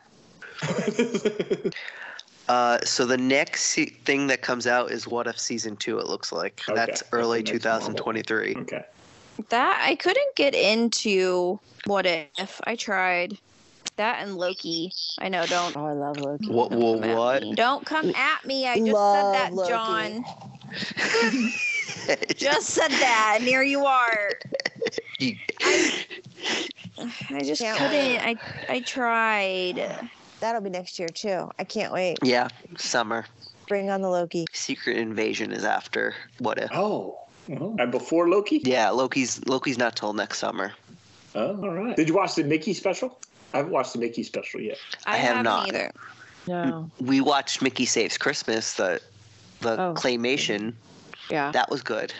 [SPEAKER 2] Uh, so the next se- thing that comes out is What If Season Two. It looks like
[SPEAKER 3] Okay,
[SPEAKER 2] that's
[SPEAKER 3] that's
[SPEAKER 2] early
[SPEAKER 3] the next Marvel.
[SPEAKER 2] 2023.
[SPEAKER 4] Hmm.
[SPEAKER 3] okay.
[SPEAKER 1] That I couldn't get into what if I tried that and Loki. I know don't
[SPEAKER 5] Oh, I love Loki.
[SPEAKER 2] What?
[SPEAKER 1] don't come
[SPEAKER 2] What?
[SPEAKER 1] at
[SPEAKER 2] what?
[SPEAKER 1] me. Don't come at me. I just
[SPEAKER 5] Love
[SPEAKER 1] said that,
[SPEAKER 5] Loki.
[SPEAKER 1] John. Just said that, and here you are. I just
[SPEAKER 5] Can't
[SPEAKER 1] couldn't. I I tried.
[SPEAKER 5] That'll be next year too. I can't wait.
[SPEAKER 2] yeah, summer.
[SPEAKER 5] Bring on the Loki.
[SPEAKER 2] Secret Invasion is after What If.
[SPEAKER 3] Oh. And before Loki?
[SPEAKER 2] Yeah, Loki's Loki's not till next summer.
[SPEAKER 3] Oh, all right. Did you watch the Mickey special? I haven't watched the Mickey special yet.
[SPEAKER 1] I,
[SPEAKER 2] I have
[SPEAKER 1] haven't
[SPEAKER 2] not.
[SPEAKER 1] either.
[SPEAKER 5] No.
[SPEAKER 2] We watched Mickey Saves Christmas, the the
[SPEAKER 5] Oh.
[SPEAKER 2] claymation.
[SPEAKER 5] Yeah.
[SPEAKER 2] That was good.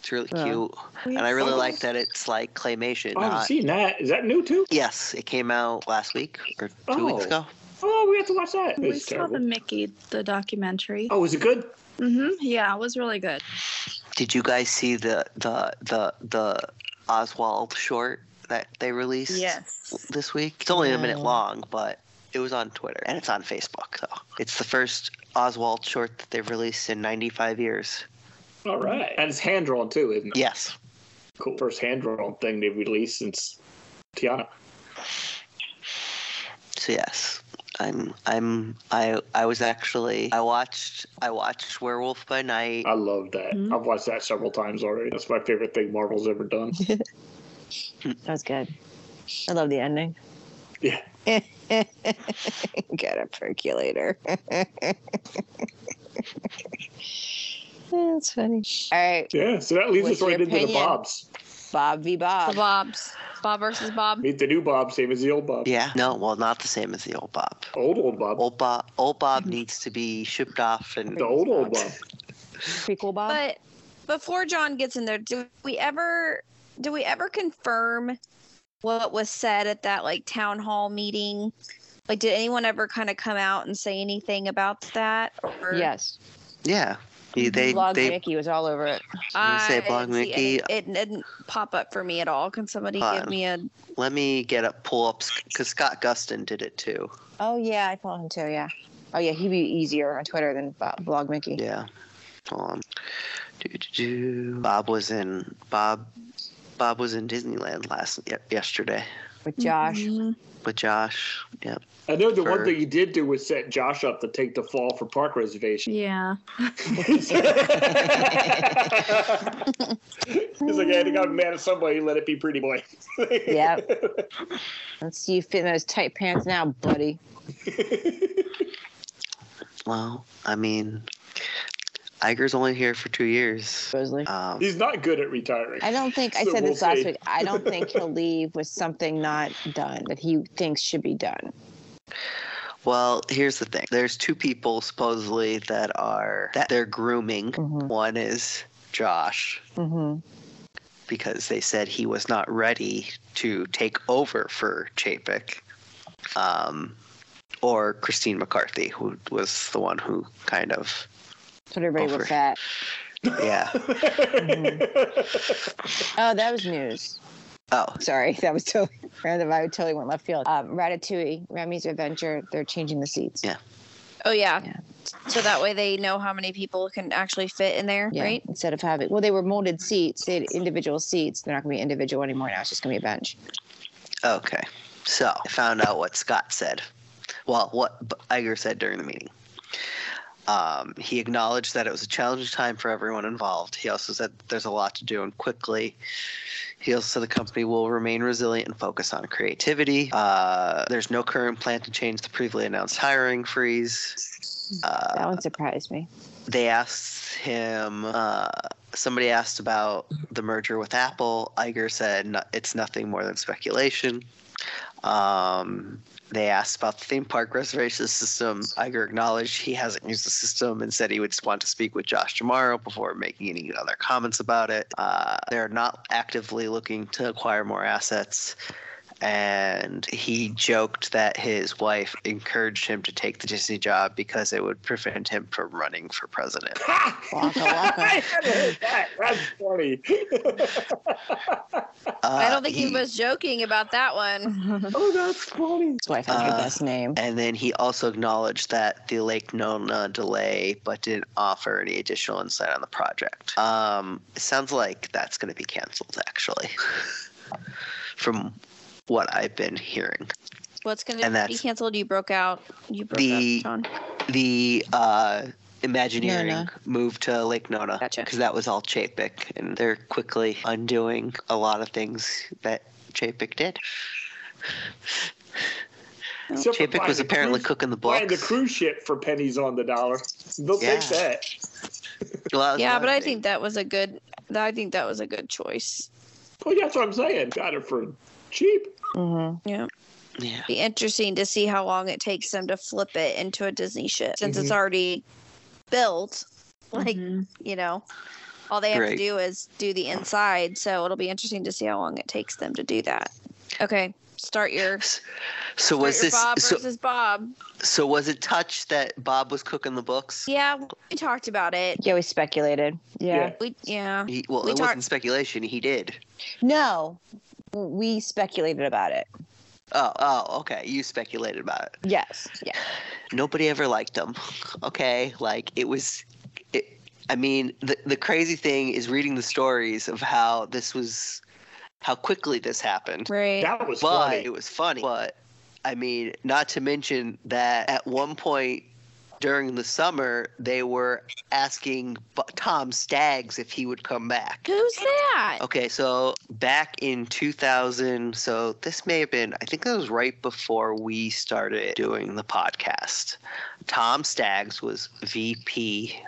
[SPEAKER 2] It's really
[SPEAKER 5] Yeah.
[SPEAKER 2] cute, and I really like that it's like claymation.
[SPEAKER 3] I haven't
[SPEAKER 2] not-
[SPEAKER 3] Oh, seen that. Is that new too?
[SPEAKER 2] yes, it came out last week or two weeks
[SPEAKER 3] Oh.
[SPEAKER 2] ago.
[SPEAKER 3] Oh, we have to watch that.
[SPEAKER 6] We
[SPEAKER 3] It's
[SPEAKER 6] saw the
[SPEAKER 3] terrible.
[SPEAKER 6] Mickey the documentary.
[SPEAKER 3] Oh, is it good?
[SPEAKER 6] hmm Yeah, it was really good.
[SPEAKER 2] Did you guys see the the the the Oswald short that they released
[SPEAKER 6] Yes.
[SPEAKER 2] this week? It's only a minute
[SPEAKER 5] No.
[SPEAKER 2] long, but it was on Twitter and it's on Facebook. So it's the first Oswald short that they've released in 95 years.
[SPEAKER 3] All right. And it's hand drawn too, isn't it?
[SPEAKER 2] Yes,
[SPEAKER 3] Cool. First hand drawn thing they've released since Tiana.
[SPEAKER 2] so yes. I'm I'm I I was actually I watched I watched Werewolf by Night.
[SPEAKER 3] I love that.
[SPEAKER 6] Mhm.
[SPEAKER 3] I've watched that several times already. That's my favorite thing Marvel's ever done.
[SPEAKER 5] That was good. I love the ending.
[SPEAKER 3] yeah.
[SPEAKER 5] Get a percolator. That's funny. All right,
[SPEAKER 3] Yeah. So that leads
[SPEAKER 5] What's
[SPEAKER 3] us right
[SPEAKER 5] your
[SPEAKER 3] into the
[SPEAKER 5] opinion?
[SPEAKER 3] Bobs.
[SPEAKER 5] Bob v.
[SPEAKER 1] The
[SPEAKER 5] Bob.
[SPEAKER 1] Bob's Bob versus Bob.
[SPEAKER 3] Meet the new Bob, same as the old Bob.
[SPEAKER 2] Yeah, no, well, not the same as the old Bob.
[SPEAKER 3] Old old Bob.
[SPEAKER 2] Old Bob, old Bob
[SPEAKER 1] Mm-hmm.
[SPEAKER 2] needs to be shipped off and
[SPEAKER 3] the old old Bob.
[SPEAKER 5] Prequel Bob.
[SPEAKER 1] But before John gets in there, do we ever do we ever confirm what was said at that like town hall meeting? Like, did anyone ever kind of come out and say anything about that? Or
[SPEAKER 5] yes,
[SPEAKER 2] yeah. They, they,
[SPEAKER 5] Vlog
[SPEAKER 2] they-
[SPEAKER 5] Mickey was all over it.
[SPEAKER 2] gonna say Blog
[SPEAKER 1] didn't see
[SPEAKER 2] Mickey.
[SPEAKER 1] any- it didn't pop up for me at all. Can somebody
[SPEAKER 2] Hold
[SPEAKER 1] give
[SPEAKER 2] on.
[SPEAKER 1] me a?
[SPEAKER 2] Let me get up, pull up, because Scott Gustin did it too.
[SPEAKER 5] Oh yeah, I follow him too. Yeah. Oh yeah, he'd be easier on Twitter than Bob, Blog Mickey.
[SPEAKER 2] Yeah. Hold on. Do, do, do. Bob was in Bob. Bob was in Disneyland last y- yesterday
[SPEAKER 5] With Josh.
[SPEAKER 6] Mm-hmm.
[SPEAKER 1] Mhm.
[SPEAKER 2] with Josh. Yep.
[SPEAKER 3] I know the
[SPEAKER 2] For-
[SPEAKER 3] one thing you did do was set Josh up to take the fall for park reservation.
[SPEAKER 6] Yeah.
[SPEAKER 3] it's like I had to got mad at somebody. Let it be pretty boy.
[SPEAKER 5] Yep. Let's see you fit in those tight pants now, buddy.
[SPEAKER 2] Well, I mean, Iger's only here for two years.
[SPEAKER 5] Rosalie.
[SPEAKER 2] Um,
[SPEAKER 3] He's not good at retiring.
[SPEAKER 5] I don't think I
[SPEAKER 3] So
[SPEAKER 5] said
[SPEAKER 3] we'll
[SPEAKER 5] this last
[SPEAKER 3] see.
[SPEAKER 5] week. I don't think he'll leave with something not done that he thinks should be done.
[SPEAKER 2] well, here's the thing. There's two people supposedly that are that they're grooming.
[SPEAKER 5] Mhm.
[SPEAKER 2] One is Josh
[SPEAKER 5] Mm-hmm.
[SPEAKER 2] because they said he was not ready to take over for Chapek, um, or Christine McCarthy, who was the one who kind of
[SPEAKER 5] Put everybody
[SPEAKER 2] Over.
[SPEAKER 5] with fat.
[SPEAKER 2] yeah.
[SPEAKER 5] Oh, that was news.
[SPEAKER 2] Oh,
[SPEAKER 5] Sorry, that was totally random. I totally went left field. Um, Ratatouille, Remy's Adventure. They're changing the seats.
[SPEAKER 2] Yeah.
[SPEAKER 1] Oh yeah.
[SPEAKER 5] Yeah.
[SPEAKER 1] So that way they know how many people can actually fit in there,
[SPEAKER 5] Yeah,
[SPEAKER 1] right?
[SPEAKER 5] Instead of having well, they were molded seats. They had individual seats. They're not going to be individual anymore. Now it's just going to be a bench.
[SPEAKER 2] okay. So I found out what Scott said. Well, what B- Iger said during the meeting. Um, he acknowledged that it was a challenging time for everyone involved. He also said there's a lot to do and quickly. He also said the company will remain resilient and focus on creativity. Uh, there's no current plan to change the previously announced hiring freeze. Uh,
[SPEAKER 5] That one surprised me.
[SPEAKER 2] they asked him uh, somebody asked about the merger with apple Iger said "No- it's nothing more than speculation um, they asked about the theme park reservation system Iger acknowledged he hasn't used the system and said he would want to speak with josh tomorrow before making any other comments about it uh, they're not actively looking to acquire more assets and he joked that his wife encouraged him to take the Disney job because it would prevent him from running for president.
[SPEAKER 5] Waka
[SPEAKER 3] I
[SPEAKER 5] waka.
[SPEAKER 3] had heard that. That's funny.
[SPEAKER 6] I don't think
[SPEAKER 2] Uh,
[SPEAKER 6] he was joking about that one.
[SPEAKER 3] oh, that's funny.
[SPEAKER 5] His wife has
[SPEAKER 2] Uh,
[SPEAKER 5] the best name.
[SPEAKER 2] And then he also acknowledged that the Lake Nona delay, but didn't offer any additional insight on the project. Um, it sounds like that's going to be canceled, actually, from what I've been hearing.
[SPEAKER 1] What's going
[SPEAKER 2] And
[SPEAKER 1] to be
[SPEAKER 2] that's-
[SPEAKER 1] canceled? You broke out. You broke
[SPEAKER 2] The-
[SPEAKER 1] up, John.
[SPEAKER 2] The uh, Imagineering
[SPEAKER 5] Nona.
[SPEAKER 2] moved to Lake Nona because
[SPEAKER 1] Gotcha.
[SPEAKER 2] that was all Chapek, and they're quickly undoing a lot of things that Chapek did.
[SPEAKER 3] Except for
[SPEAKER 2] Chapek
[SPEAKER 3] buying
[SPEAKER 2] was
[SPEAKER 3] the
[SPEAKER 2] apparently
[SPEAKER 3] cruise-
[SPEAKER 2] cooking the books.
[SPEAKER 3] buying the cruise ship for pennies on the dollar. They'll
[SPEAKER 2] Yeah.
[SPEAKER 3] take that.
[SPEAKER 2] Well, that was
[SPEAKER 1] Yeah, but
[SPEAKER 2] another
[SPEAKER 1] I
[SPEAKER 2] thing.
[SPEAKER 1] think that was a good. I think that was a good choice.
[SPEAKER 3] Well, yeah, that's what I'm saying. Got it for cheap.
[SPEAKER 5] hmm
[SPEAKER 3] Mm-hmm.
[SPEAKER 2] Yeah.
[SPEAKER 1] Be interesting to see how long it takes them to flip it into a Disney ship since
[SPEAKER 2] Mm-hmm.
[SPEAKER 1] it's already built. Like
[SPEAKER 6] Mhm.
[SPEAKER 1] you know, all they have
[SPEAKER 2] Right.
[SPEAKER 1] to do is do the inside. So it'll be interesting to see how long it takes them to do that. Okay, start your.
[SPEAKER 2] So
[SPEAKER 1] start
[SPEAKER 2] was
[SPEAKER 1] your
[SPEAKER 2] this?
[SPEAKER 1] Bob
[SPEAKER 2] so,
[SPEAKER 1] versus Bob?
[SPEAKER 2] So was it touch that Bob was cooking the books?
[SPEAKER 1] Yeah, we talked about it.
[SPEAKER 5] Yeah, we speculated. yeah.
[SPEAKER 1] We yeah.
[SPEAKER 2] He, well,
[SPEAKER 1] We
[SPEAKER 2] it
[SPEAKER 1] talked-
[SPEAKER 2] wasn't speculation. He did.
[SPEAKER 5] No, we speculated about it.
[SPEAKER 2] Oh, oh, okay. You speculated about it.
[SPEAKER 5] Yes. Yeah.
[SPEAKER 2] Nobody ever liked him. Okay, like it was. It, I mean, the the crazy thing is reading the stories of how this was, how quickly this happened.
[SPEAKER 1] Right.
[SPEAKER 3] That was
[SPEAKER 2] but
[SPEAKER 3] funny.
[SPEAKER 2] it was funny. But I mean, not to mention that at one point during the summer they were asking Bu- Tom Staggs if he would come back.
[SPEAKER 1] Who's that?
[SPEAKER 2] Okay, so back in 2000, so this may have been, I think that was right before we started doing the podcast. Tom Staggs was VP,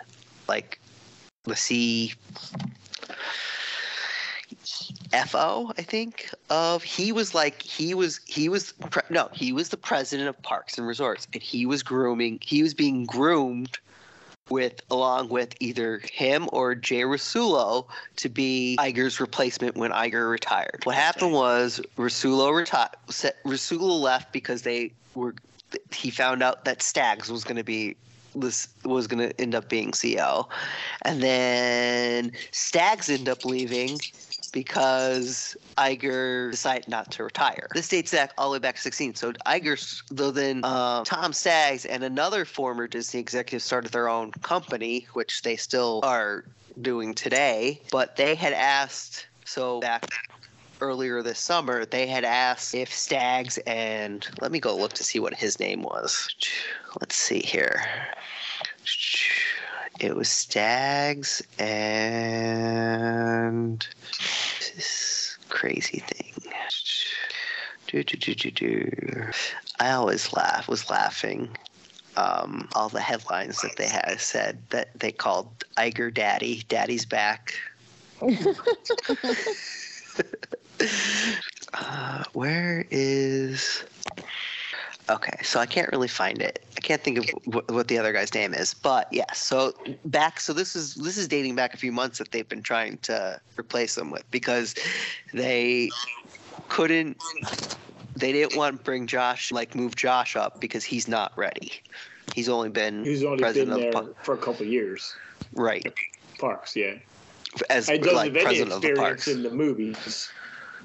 [SPEAKER 2] like the C. FO, I think, of he was like he was he was pre- no he was the president of Parks and Resorts, and he was grooming he was being groomed with along with either him or Jay Rasulo to be Iger's replacement when Iger retired. What happened was Rasulo retired. Rasulo left because they were. He found out that Staggs was going to be this was going to end up being CEO, and then Staggs ended up leaving because Iger decided not to retire. This dates back all the way back to 16. So Iger, though, then um, Tom Staggs and another former Disney executive started their own company, which they still are doing today. But they had asked so back earlier this summer they had asked if Staggs and let me go look to see what his name was. Let's see here. It was Staggs and this crazy thing. Do, do, do, do, do. I always laugh, was laughing. Um, all the headlines that they had said that they called Iger Daddy, Daddy's back. uh, where is. Okay, so I can't really find it. I can't think of wh- what the other guy's name is, but yeah. So back, so this is this is dating back a few months that they've been trying to replace them with because they couldn't. They didn't want to bring Josh, like move Josh up because he's not ready. He's only been
[SPEAKER 3] He's only been
[SPEAKER 2] president
[SPEAKER 3] there
[SPEAKER 2] of the
[SPEAKER 3] for a couple years.
[SPEAKER 2] par- right
[SPEAKER 3] Parks, yeah.
[SPEAKER 2] as
[SPEAKER 3] And doesn't
[SPEAKER 2] like
[SPEAKER 3] have any
[SPEAKER 2] president of the
[SPEAKER 3] experience
[SPEAKER 2] parks.
[SPEAKER 3] in the movies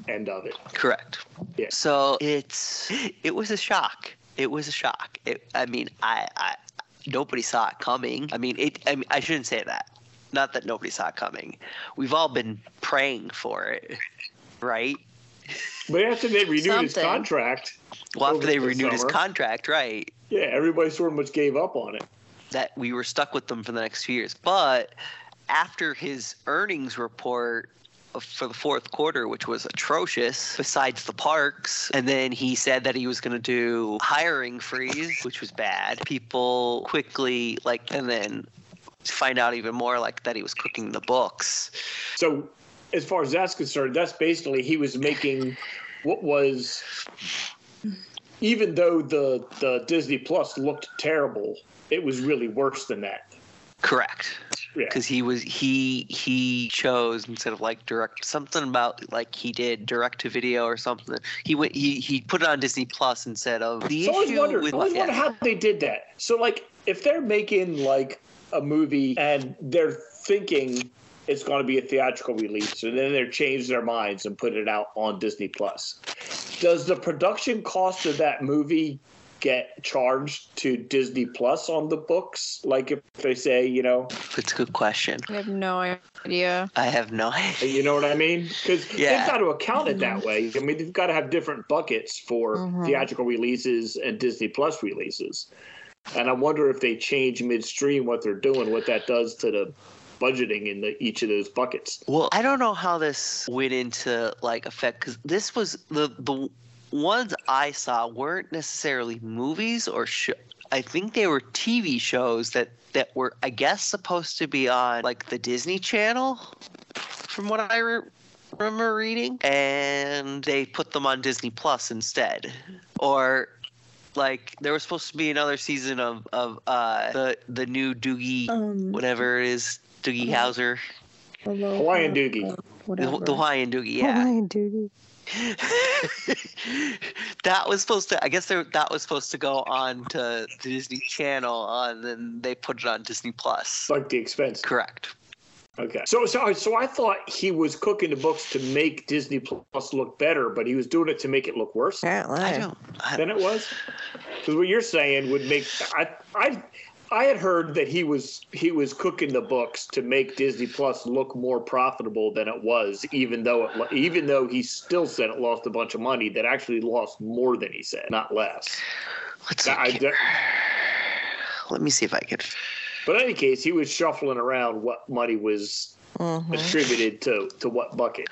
[SPEAKER 3] end of it.
[SPEAKER 2] Correct.
[SPEAKER 3] Yeah.
[SPEAKER 2] So it's it was a shock. It was a shock. It, I mean, I, I nobody saw it coming. I mean, it. I, mean, I shouldn't say that. Not that nobody saw it coming. We've all been praying for it, right?
[SPEAKER 3] But after they renewed his
[SPEAKER 1] Something.
[SPEAKER 3] contract,
[SPEAKER 2] Well, after
[SPEAKER 3] Over
[SPEAKER 2] they
[SPEAKER 3] the
[SPEAKER 2] renewed his
[SPEAKER 3] summer.
[SPEAKER 2] contract, right?
[SPEAKER 3] yeah, everybody sort of much gave up on it.
[SPEAKER 2] that we were stuck with them for the next few years. But after his earnings report of- for the fourth quarter, which was atrocious, besides the parks, and then he said that he was going to do hiring freeze, which was bad. People quickly like, and then to find out even more like that he was cooking the books.
[SPEAKER 3] So, as far as that's concerned, that's basically he was making what was, even though the the Disney Plus looked terrible, it was really worse than that.
[SPEAKER 2] Correct.
[SPEAKER 3] Yeah.
[SPEAKER 2] because he was he he chose instead of like direct something about like he did direct to video or something. He went he he put it on Disney Plus instead of the
[SPEAKER 3] So I always
[SPEAKER 2] issue
[SPEAKER 3] wondered,
[SPEAKER 2] with
[SPEAKER 3] I always
[SPEAKER 2] yeah.
[SPEAKER 3] wondered how they did that. So like, if they're making like a movie and they're thinking it's going to be a theatrical release, and then they change their minds and put it out on Disney Plus, does the production cost of that movie? get charged to Disney Plus on the books like if they say, you know,
[SPEAKER 2] That's a good question.
[SPEAKER 6] I have no idea.
[SPEAKER 2] I have no idea.
[SPEAKER 3] you know what I mean? Cuz
[SPEAKER 2] Yeah.
[SPEAKER 3] they've got to account it that way. I mean, they've got to have different buckets for
[SPEAKER 5] Mhm.
[SPEAKER 3] theatrical releases and Disney Plus releases. And I wonder if they change midstream what they're doing, what that does to the budgeting in the, each of those buckets.
[SPEAKER 2] Well, I don't know how this went into like effect because this was the the ones I saw weren't necessarily movies or sh- I think they were TV shows that that were I guess supposed to be on like the Disney Channel, from what I re- remember reading, and they put them on Disney Plus instead, or. Like there was supposed to be another season of of uh, the the new Doogie
[SPEAKER 4] Um,
[SPEAKER 2] whatever it is Doogie
[SPEAKER 4] Yeah.
[SPEAKER 2] Howser
[SPEAKER 4] Aloha,
[SPEAKER 3] Hawaiian Doogie.
[SPEAKER 2] the,
[SPEAKER 4] whatever.
[SPEAKER 2] the Hawaiian Doogie, yeah.
[SPEAKER 5] duty.
[SPEAKER 2] that was supposed to. I guess there, that was supposed to go on to the Disney Channel, uh, and then they put it on Disney Plus.
[SPEAKER 3] It's like the expense.
[SPEAKER 2] Correct.
[SPEAKER 3] Okay. So, so, so I thought he was cooking the books to make Disney Plus look better, but he was doing it to make it look worse.
[SPEAKER 5] Apparently.
[SPEAKER 2] I don't. I,
[SPEAKER 3] than it was? Because what you're saying would make I I I had heard that he was he was cooking the books to make Disney Plus look more profitable than it was, even though it lo- even though he still said it lost a bunch of money, that actually lost more than he said, not less.
[SPEAKER 2] let's
[SPEAKER 3] I- I
[SPEAKER 2] look
[SPEAKER 3] don't-
[SPEAKER 2] here. Let me see if I can.
[SPEAKER 3] But in any case, he was shuffling around what money was Mm-hmm.
[SPEAKER 5] Mhm.
[SPEAKER 3] attributed to to what bucket.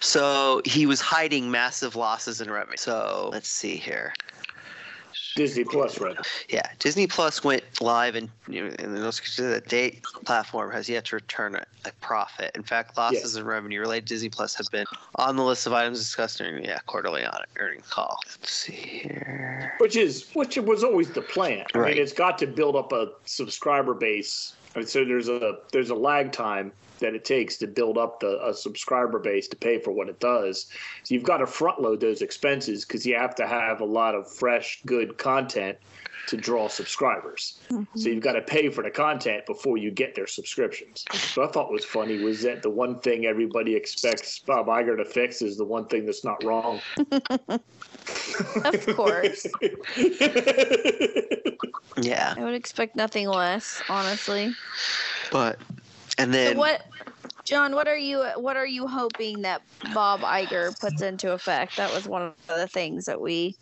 [SPEAKER 2] So he was hiding massive losses in revenue. So let's see here.
[SPEAKER 3] Disney Plus, right?
[SPEAKER 2] Yeah, Disney Plus went live, and and the most that date platform has yet to return a, a profit. In fact, losses in revenue related to Disney Plus have been on the list of items discussed during yeah quarterly on earnings call. Let's see here.
[SPEAKER 3] Which is which was always the plan. I
[SPEAKER 2] Right.
[SPEAKER 3] mean, it's got to build up a subscriber base, and so there's a there's a lag time that it takes to build up the a subscriber base to pay for what it does. So you've got to front load those expenses because you have to have a lot of fresh, good content to draw subscribers. So you've got to pay for the content before you get their subscriptions. What I thought was funny was that the one thing everybody expects Bob Iger to fix is the one thing that's not wrong.
[SPEAKER 6] Of course.
[SPEAKER 2] Yeah,
[SPEAKER 6] I would expect nothing less, honestly.
[SPEAKER 2] but and
[SPEAKER 6] So
[SPEAKER 2] then
[SPEAKER 6] what John, what are you what are you hoping that Bob Iger puts into effect? That was one of the things that we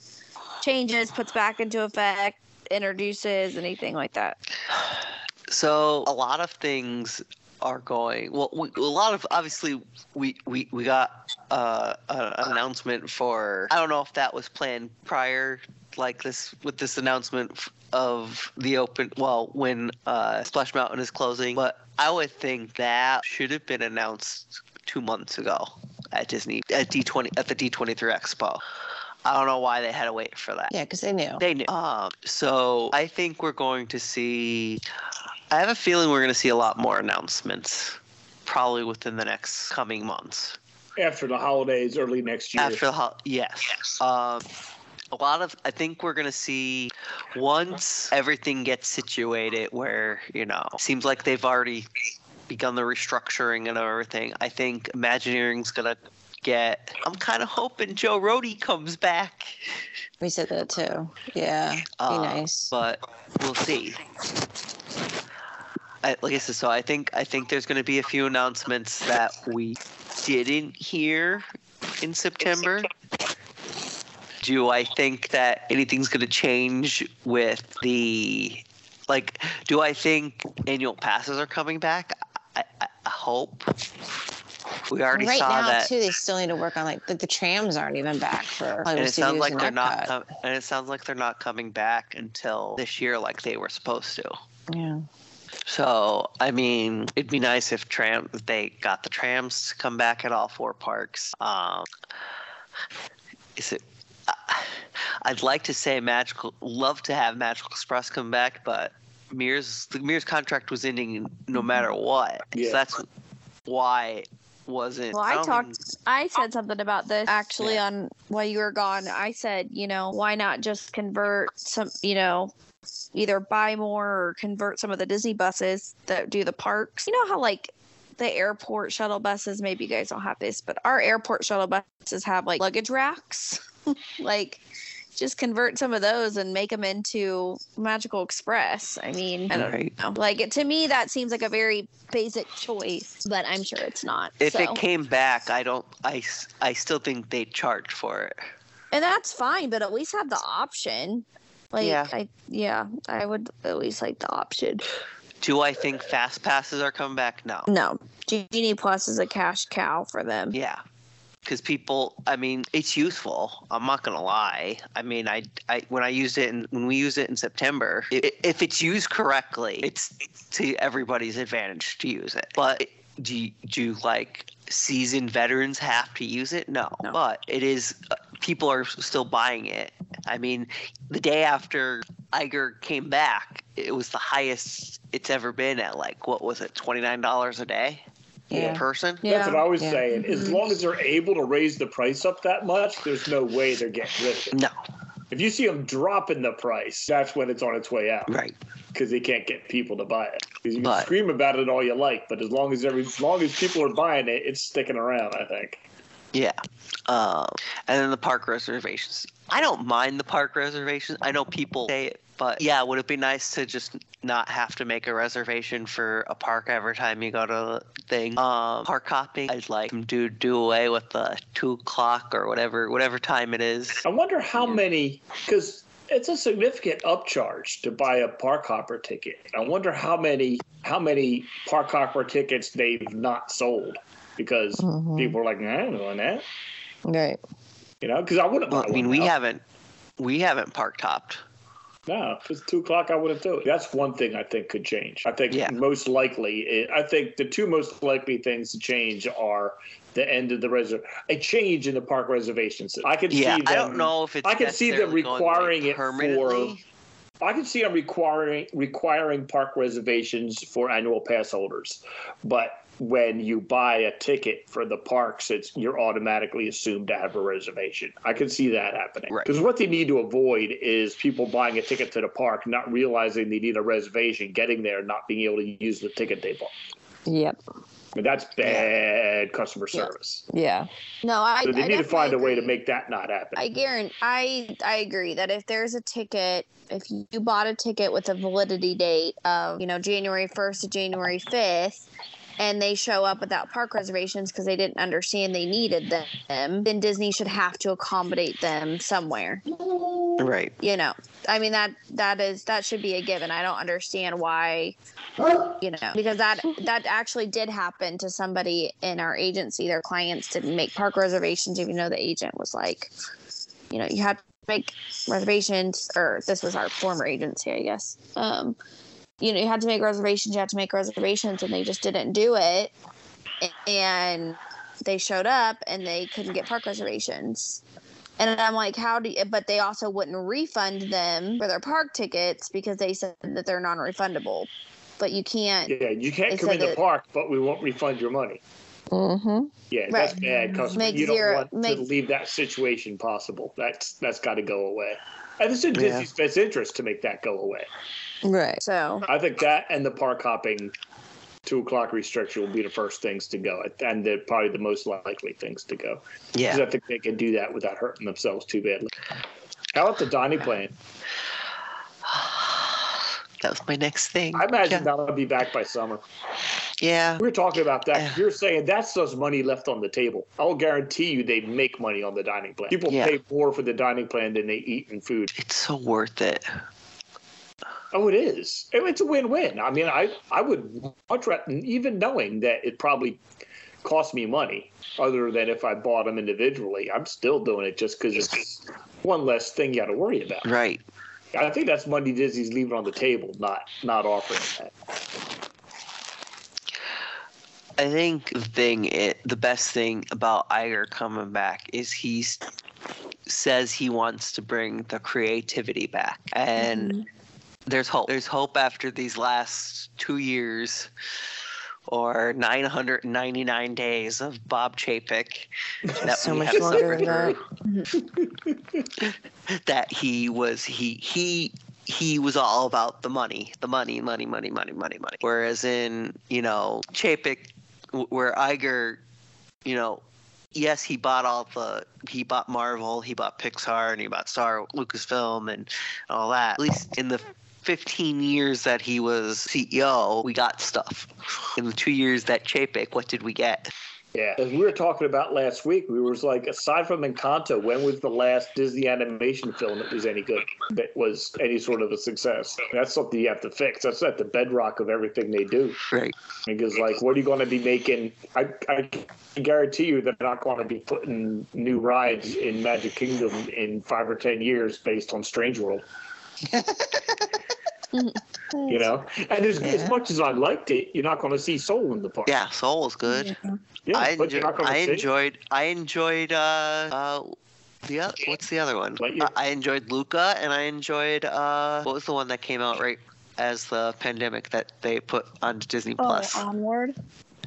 [SPEAKER 6] changes, puts back into effect, introduces, anything like that.
[SPEAKER 2] so a lot of things are going well we, a lot of obviously we we, we got uh, a- an announcement for i don't know if that was planned prior like this with this announcement f- of the open well when uh, splash mountain is closing but i would think that should have been announced two months ago at disney at d20 at the d23 expo i don't know why they had to wait for that
[SPEAKER 5] Yeah, because they knew.
[SPEAKER 2] they knew. Um, so I think we're going to see. I have a feeling we're going to see a lot more announcements, probably within the next coming months.
[SPEAKER 3] After the holidays, early next year.
[SPEAKER 2] After the hol- yes, Um, a lot of I think we're going to see once everything gets situated, where you know seems like they've already begun the restructuring and everything. I think Imagineering's going to get. I'm kind of hoping Joe Rody comes back.
[SPEAKER 5] We said that too. Yeah. Be
[SPEAKER 2] Uh,
[SPEAKER 5] nice.
[SPEAKER 2] but we'll see. I, like I said, so I think I think there's going to be a few announcements that we didn't hear in September. Do I think that anything's going to change with the like? Do I think annual passes are coming back? I, I, I hope. We already
[SPEAKER 5] right
[SPEAKER 2] saw
[SPEAKER 5] now
[SPEAKER 2] that.
[SPEAKER 5] too, they still need to work on like the, the trams aren't even back for
[SPEAKER 2] and
[SPEAKER 5] Hollywood
[SPEAKER 2] it sounds
[SPEAKER 5] Studios
[SPEAKER 2] like
[SPEAKER 5] and
[SPEAKER 2] they're not
[SPEAKER 5] Epcot.
[SPEAKER 2] com- and it sounds like they're not coming back until this year like they were supposed to
[SPEAKER 5] Yeah.
[SPEAKER 2] so i mean it'd be nice if tram they got the trams to come back at all four parks um is it I- I'd like to say magical, love to have Magical Express come back, but Mir's the Mir's contract was ending no matter what.
[SPEAKER 3] Yeah.
[SPEAKER 2] So that's why wasn't.
[SPEAKER 6] Well, I
[SPEAKER 2] don't
[SPEAKER 6] talked-
[SPEAKER 2] even-
[SPEAKER 6] I said something about this Uh, actually
[SPEAKER 2] Yeah.
[SPEAKER 6] on while you were gone. I said, you know, why not just convert some, you know, either buy more or convert some of the Disney buses that do the parks. You know how like the airport shuttle buses, maybe you guys don't have this, but our airport shuttle buses have like luggage racks. like just convert some of those and make them into Magical Express. I mean, I don't
[SPEAKER 2] Right.
[SPEAKER 6] know. Like it to me that seems like a very basic choice, but I'm sure it's not.
[SPEAKER 2] If
[SPEAKER 6] so.
[SPEAKER 2] it came back, I don't. I, s- I still think they charge for it.
[SPEAKER 6] and that's fine but at least have the option like
[SPEAKER 2] Yeah.
[SPEAKER 6] i yeah i would at least like the option
[SPEAKER 2] Do I think fast passes are coming back? No.
[SPEAKER 6] no genie plus is a cash cow for them
[SPEAKER 2] Yeah. Because people, I mean, it's useful. I'm not gonna lie. I mean, I, I when I used it in, when we used it in September, i if it's used correctly, it's to everybody's advantage to use it. But do you, do you, like seasoned veterans have to use it? No.
[SPEAKER 6] No.
[SPEAKER 2] But it is. uh, People are still buying it. I mean, the day after Iger came back, it was the highest it's ever been at like what was it, twenty nine dollars a day per
[SPEAKER 5] Yeah.
[SPEAKER 2] person.
[SPEAKER 3] That's what I was
[SPEAKER 5] Yeah. Mm-hmm.
[SPEAKER 3] saying. As long as they're able to raise the price up that much, there's no way they're getting rid of it.
[SPEAKER 2] No,
[SPEAKER 3] If you see them dropping the price, that's when it's on its way out
[SPEAKER 2] right.
[SPEAKER 3] because they can't get people to buy it. 'Cause you can
[SPEAKER 2] But-
[SPEAKER 3] scream about it all you like, but as long as every as long as people are buying it, it's sticking around. I think.
[SPEAKER 2] Yeah. Um, and then the park reservations. I don't mind the park reservations. I know people say it, but yeah, would it be nice to just not have to make a reservation for a park every time you go to the thing? Um, park hopping. I'd like them to do away with the two o'clock or whatever, whatever time it is.
[SPEAKER 3] I wonder how many because it's a significant upcharge to buy a park hopper ticket. I wonder how many how many park hopper tickets they've not sold because
[SPEAKER 2] Mm-hmm.
[SPEAKER 5] Mhm.
[SPEAKER 3] people are like, "Nah, I don't want that.
[SPEAKER 5] Right.
[SPEAKER 3] You know, because I wouldn't.
[SPEAKER 2] Well,
[SPEAKER 3] buy
[SPEAKER 2] I mean,
[SPEAKER 3] one
[SPEAKER 2] we
[SPEAKER 3] now.
[SPEAKER 2] haven't, we haven't park topped.
[SPEAKER 3] No, if it's two o'clock, I wouldn't do it. That's one thing I think could change. I think
[SPEAKER 2] Yeah.
[SPEAKER 3] most likely, I think the two most likely things to change are the end of the reser a change in the park reservations. I could
[SPEAKER 2] Yeah,
[SPEAKER 3] see them.
[SPEAKER 2] I don't know if it's.
[SPEAKER 3] I could see them
[SPEAKER 2] necessarily going, like,
[SPEAKER 3] requiring it for-
[SPEAKER 2] permanently.
[SPEAKER 3] I can see them requiring requiring park reservations for annual pass holders, but when you buy a ticket for the parks, it's you're automatically assumed to have a reservation. I can see that happening
[SPEAKER 2] Right.
[SPEAKER 3] because what they need to avoid is people buying a ticket to the park, not realizing they need a reservation, getting there, not being able to use the ticket they bought.
[SPEAKER 5] Yep.
[SPEAKER 3] I mean, that's bad customer service.
[SPEAKER 5] Yeah.
[SPEAKER 6] no i
[SPEAKER 3] So they
[SPEAKER 6] I
[SPEAKER 3] need to find a
[SPEAKER 6] definitely
[SPEAKER 3] way to
[SPEAKER 6] agree.
[SPEAKER 3] make that not happen.
[SPEAKER 6] i guarantee i i agree that if there's a ticket if you bought a ticket with a validity date of you know january 1st to january 5th and they show up without park reservations because they didn't understand they needed them then disney should have to accommodate them somewhere
[SPEAKER 2] Right.
[SPEAKER 6] you know i mean that that is that should be a given i don't understand why you know because that that actually did happen to somebody in our agency their clients didn't make park reservations even though the agent was like you know you had to make reservations or this was our former agency i guess um you know you had to make reservations you had to make reservations and they just didn't do it A- and they showed up and they couldn't get park reservations and I'm like, how do you, but they also wouldn't refund them for their park tickets because they said that they're non refundable. But you can't,
[SPEAKER 3] yeah, you
[SPEAKER 6] They
[SPEAKER 3] can't come
[SPEAKER 6] said
[SPEAKER 3] in the
[SPEAKER 6] that-
[SPEAKER 3] park, but we won't refund your money.
[SPEAKER 5] Mm-hmm.
[SPEAKER 3] Yeah,
[SPEAKER 6] Right.
[SPEAKER 3] that's bad customer.
[SPEAKER 6] Make
[SPEAKER 3] you don't
[SPEAKER 6] zero-
[SPEAKER 3] want
[SPEAKER 6] make-
[SPEAKER 3] to leave that situation possible. That's that's got to go away. And it's in
[SPEAKER 2] Yeah.
[SPEAKER 3] Disney's best interest to make that go away.
[SPEAKER 5] Right.
[SPEAKER 6] so
[SPEAKER 3] I think that and the park hopping two o'clock restriction will be the first things to go, and they're probably the most likely things to go.
[SPEAKER 2] Yeah.
[SPEAKER 3] Because I think they can do that without hurting themselves too badly. How about the Donnie plan?
[SPEAKER 2] that was my next thing.
[SPEAKER 3] I imagine
[SPEAKER 2] yeah.
[SPEAKER 3] that'll be back by summer.
[SPEAKER 2] yeah.
[SPEAKER 3] We were talking about that.
[SPEAKER 2] Yeah.
[SPEAKER 3] You're saying that's just money left on the table. I'll guarantee you they make money on the dining plan. People
[SPEAKER 2] Yeah.
[SPEAKER 3] pay more for the dining plan than they eat in food.
[SPEAKER 2] It's so worth it.
[SPEAKER 3] Oh, it is. It- It's a win-win. I mean, I I would much rather, even knowing that it probably cost me money, other than if I bought them individually, I'm still doing it just because it's one less thing you got to worry about.
[SPEAKER 2] Right.
[SPEAKER 3] I think that's money Disney's leaving on the table, not not offering that.
[SPEAKER 2] I think the thing it the best thing about Iger coming back is he s-
[SPEAKER 5] Mm-hmm.
[SPEAKER 2] says he wants to bring the creativity back, and There's hope. There's hope after these last two years or 999 days of Bob Chapek that
[SPEAKER 5] So
[SPEAKER 2] we
[SPEAKER 5] much
[SPEAKER 2] have
[SPEAKER 5] longer
[SPEAKER 2] suffered
[SPEAKER 5] than that.
[SPEAKER 2] through. that he was he he he was all about the money, the money, money, money, money, money, money. Whereas in you know Chapek, w- where Iger, you know, yes, he bought all the he bought Marvel, he bought Pixar, and he bought Star Lucasfilm and all that. At least in the 15 years that he was CEO, we got stuff. In the two years that Chapek, what did we get?
[SPEAKER 3] Yeah. As we were talking about last week, we was like, aside from Encanto, when was the last Disney animation film that was any good, that was any sort of a success? That's something you have to fix. That's at the bedrock of everything they do.
[SPEAKER 2] Right.
[SPEAKER 3] Because, like, what are you going to be making? I, I can guarantee you they're not going to be putting new rides in Magic Kingdom in five or 10 years based on Strange World. you know? And as, as
[SPEAKER 5] Yeah.
[SPEAKER 3] much as I liked it, you're not going to see Soul in the park.
[SPEAKER 2] Yeah, Soul was good.
[SPEAKER 3] Yeah,
[SPEAKER 2] I,
[SPEAKER 3] but you're
[SPEAKER 2] enjoy,
[SPEAKER 3] not gonna
[SPEAKER 2] I
[SPEAKER 3] see it.
[SPEAKER 2] enjoyed. I enjoyed. Uh, uh, the oth- what's the other one?
[SPEAKER 3] Lightyear.
[SPEAKER 2] Uh, I enjoyed Luca, and I enjoyed. Uh, what was the one that came out right as the pandemic that they put on Disney Plus?
[SPEAKER 4] Oh, onward.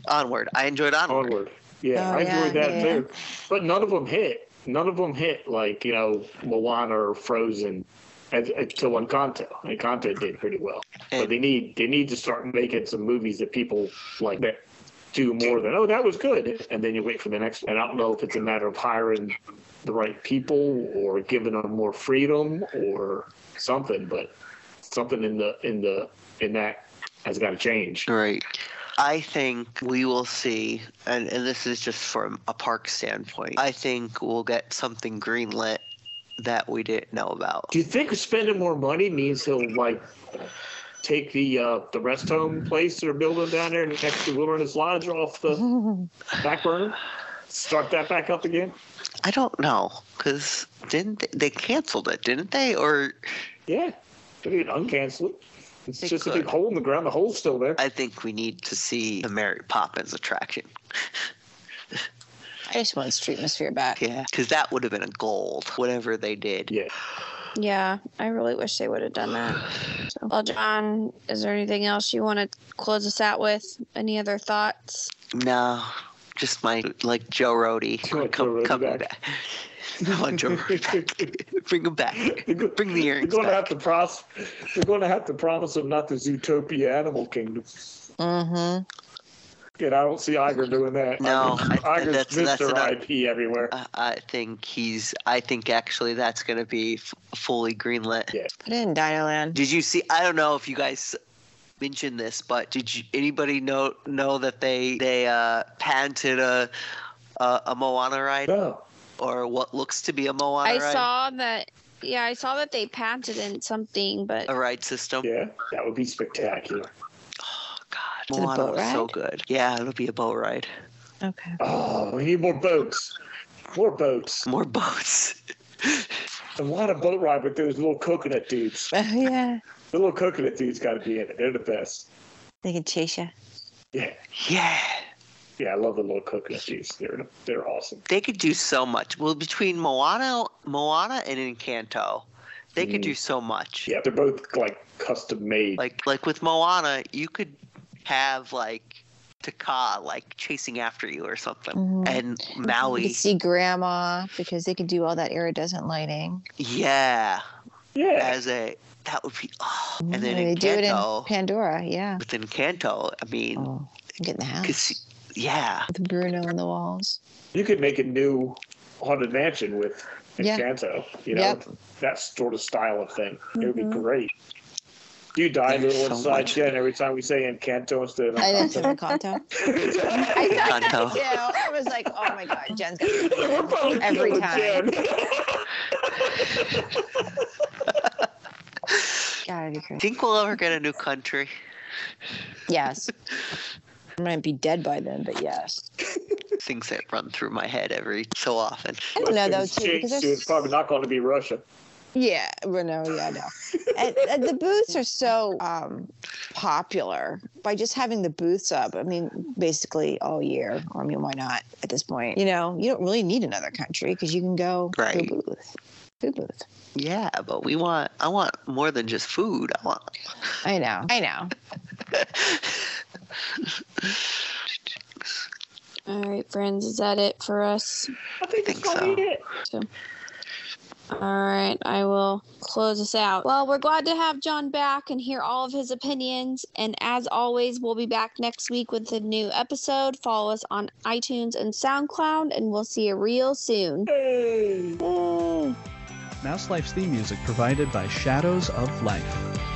[SPEAKER 2] Onward. I enjoyed Onward.
[SPEAKER 3] Onward. Yeah,
[SPEAKER 5] Oh,
[SPEAKER 3] I enjoyed
[SPEAKER 5] yeah,
[SPEAKER 3] that
[SPEAKER 5] yeah,
[SPEAKER 3] too. But none of them hit. None of them hit like you know Moana or Frozen, as- until Encanto. Encanto did pretty well, but
[SPEAKER 2] And-
[SPEAKER 3] they need they need to start making some movies that people like that do more than oh that was good, and then you wait for the next. And I don't know if it's a matter of hiring the right people or giving them more freedom or something, but something in the in the in that has got to change.
[SPEAKER 2] Right. I think we will see, and, and this is just from a park standpoint, I think we'll get something greenlit that we didn't know about.
[SPEAKER 3] Do you think spending more money means he'll like take the uh, the rest home place they're building down there next to Wilderness Lodge off
[SPEAKER 2] Mm-hmm.
[SPEAKER 3] the back burner? Start that back up again?
[SPEAKER 2] I don't know, because didn't they, they canceled it, didn't they? Or
[SPEAKER 3] Yeah, they could uncancel it. It's
[SPEAKER 2] They
[SPEAKER 3] just a
[SPEAKER 2] could.
[SPEAKER 3] big hole in the ground. The hole's still there.
[SPEAKER 2] I think we need to see the Mary Poppins attraction.
[SPEAKER 5] I just want Streetmosphere back.
[SPEAKER 2] Yeah, because that would have been a gold, whatever they did.
[SPEAKER 3] yeah,
[SPEAKER 6] Yeah, I really wish they would have done that. So, well, John, is there anything else you want to close us out with? Any other thoughts?
[SPEAKER 2] No, just my like Joe Rody.
[SPEAKER 3] want Joe
[SPEAKER 2] Come,
[SPEAKER 3] Rody
[SPEAKER 2] come
[SPEAKER 3] back?
[SPEAKER 2] back. I want Joe Rody back. Bring him back. Bring the
[SPEAKER 3] they're
[SPEAKER 2] earrings
[SPEAKER 3] going to have
[SPEAKER 2] back.
[SPEAKER 3] to promise. They're going to have to promise him not the Zootopia Animal Kingdom.
[SPEAKER 5] Mm-hmm.
[SPEAKER 3] And I don't see Iger doing that.
[SPEAKER 2] No,
[SPEAKER 3] Iger-
[SPEAKER 2] I-
[SPEAKER 3] Iger's
[SPEAKER 2] that's- that's
[SPEAKER 3] Mr.
[SPEAKER 2] another-
[SPEAKER 3] IP everywhere.
[SPEAKER 2] I- Uh, I think he's. I think actually that's going to be f- fully greenlit.
[SPEAKER 3] Yeah.
[SPEAKER 5] Put it in Dinoland.
[SPEAKER 2] Did you see? I don't know if you guys mentioned this, but did you, anybody know know that they they uh, patented a, a a Moana ride
[SPEAKER 3] No,
[SPEAKER 2] or what looks to be a Moana
[SPEAKER 6] I
[SPEAKER 2] ride?
[SPEAKER 6] saw that. Yeah, I saw that they patented something, but
[SPEAKER 2] a ride system.
[SPEAKER 3] yeah, that would be spectacular.
[SPEAKER 2] Oh God,
[SPEAKER 5] Is it a
[SPEAKER 2] Moana
[SPEAKER 5] boat
[SPEAKER 2] was so
[SPEAKER 5] ride?
[SPEAKER 2] good. Yeah, it'll be a boat ride.
[SPEAKER 5] Okay.
[SPEAKER 3] Oh, we need more boats. More boats.
[SPEAKER 2] More boats.
[SPEAKER 3] I want a boat ride with those little coconut dudes.
[SPEAKER 5] Oh, yeah.
[SPEAKER 3] The little coconut dudes got to be in it. They're the best.
[SPEAKER 5] They can chase you.
[SPEAKER 3] Yeah.
[SPEAKER 2] yeah,
[SPEAKER 3] Yeah, I love the little coconut dudes. They're, they're awesome.
[SPEAKER 2] they could do so much. Well, between Moana, Moana, and Encanto, they could
[SPEAKER 3] Mm.
[SPEAKER 2] do so much.
[SPEAKER 3] Yeah, they're both like custom made.
[SPEAKER 2] Like like with Moana, you could have like Taka like chasing after you or something,
[SPEAKER 5] Mhm.
[SPEAKER 2] and
[SPEAKER 5] You can
[SPEAKER 2] Maui.
[SPEAKER 5] see Grandma because they can do all that iridescent lighting.
[SPEAKER 2] Yeah,
[SPEAKER 3] yeah.
[SPEAKER 2] as a that would be. Oh.
[SPEAKER 5] Mm,
[SPEAKER 2] And then
[SPEAKER 5] they do it in
[SPEAKER 2] Encanto.
[SPEAKER 5] Pandora. Yeah.
[SPEAKER 2] With Encanto, I mean,
[SPEAKER 5] Oh, get in the house.
[SPEAKER 2] cause, yeah.
[SPEAKER 5] With Bruno on the walls.
[SPEAKER 3] You could make a new Haunted Mansion with
[SPEAKER 5] Yeah.
[SPEAKER 3] Encanto. You know,
[SPEAKER 5] Yep.
[SPEAKER 3] that sort of style of thing. It would be
[SPEAKER 5] Mm-hmm.
[SPEAKER 3] great. You die to
[SPEAKER 2] There's
[SPEAKER 3] the one
[SPEAKER 2] so
[SPEAKER 3] side
[SPEAKER 2] much.
[SPEAKER 3] every time we say Encanto instead of
[SPEAKER 5] I didn't see Encanto. I thought
[SPEAKER 2] Encanto.
[SPEAKER 5] that too. I was like, oh my God, Jen's got
[SPEAKER 3] We're both
[SPEAKER 5] Every
[SPEAKER 2] Oh,
[SPEAKER 3] killing
[SPEAKER 5] time.
[SPEAKER 3] Jen.
[SPEAKER 5] gotta be crazy.
[SPEAKER 2] Think we'll ever get a new country?
[SPEAKER 5] Yes. I might be dead by then, but yes.
[SPEAKER 2] Things that run through my head every so often.
[SPEAKER 5] I don't know though
[SPEAKER 3] Things
[SPEAKER 5] too
[SPEAKER 3] change,
[SPEAKER 5] because
[SPEAKER 3] so It's
[SPEAKER 5] there's
[SPEAKER 3] probably not going to be Russia.
[SPEAKER 5] Yeah, well, no, yeah, no. and, and the booths are so um, popular by just having the booths up. I mean, basically all year. I mean, why not at this point? You know, you don't really need another country because you can go
[SPEAKER 2] Right.
[SPEAKER 5] to a booth. Food booth.
[SPEAKER 2] Yeah, but we want. I want more than just food. I want.
[SPEAKER 5] I know. I know.
[SPEAKER 6] All right, friends, is that it for us?
[SPEAKER 7] I think that's
[SPEAKER 2] Think so.
[SPEAKER 7] probably it.
[SPEAKER 6] All right, I will close us out. Well, we're glad to have John back and hear all of his opinions. And as always, we'll be back next week with a new episode. Follow us on iTunes and SoundCloud, and we'll see you real soon.
[SPEAKER 7] Hey.
[SPEAKER 6] Yay.
[SPEAKER 8] Mouse Life's theme music provided by Shadows of Life.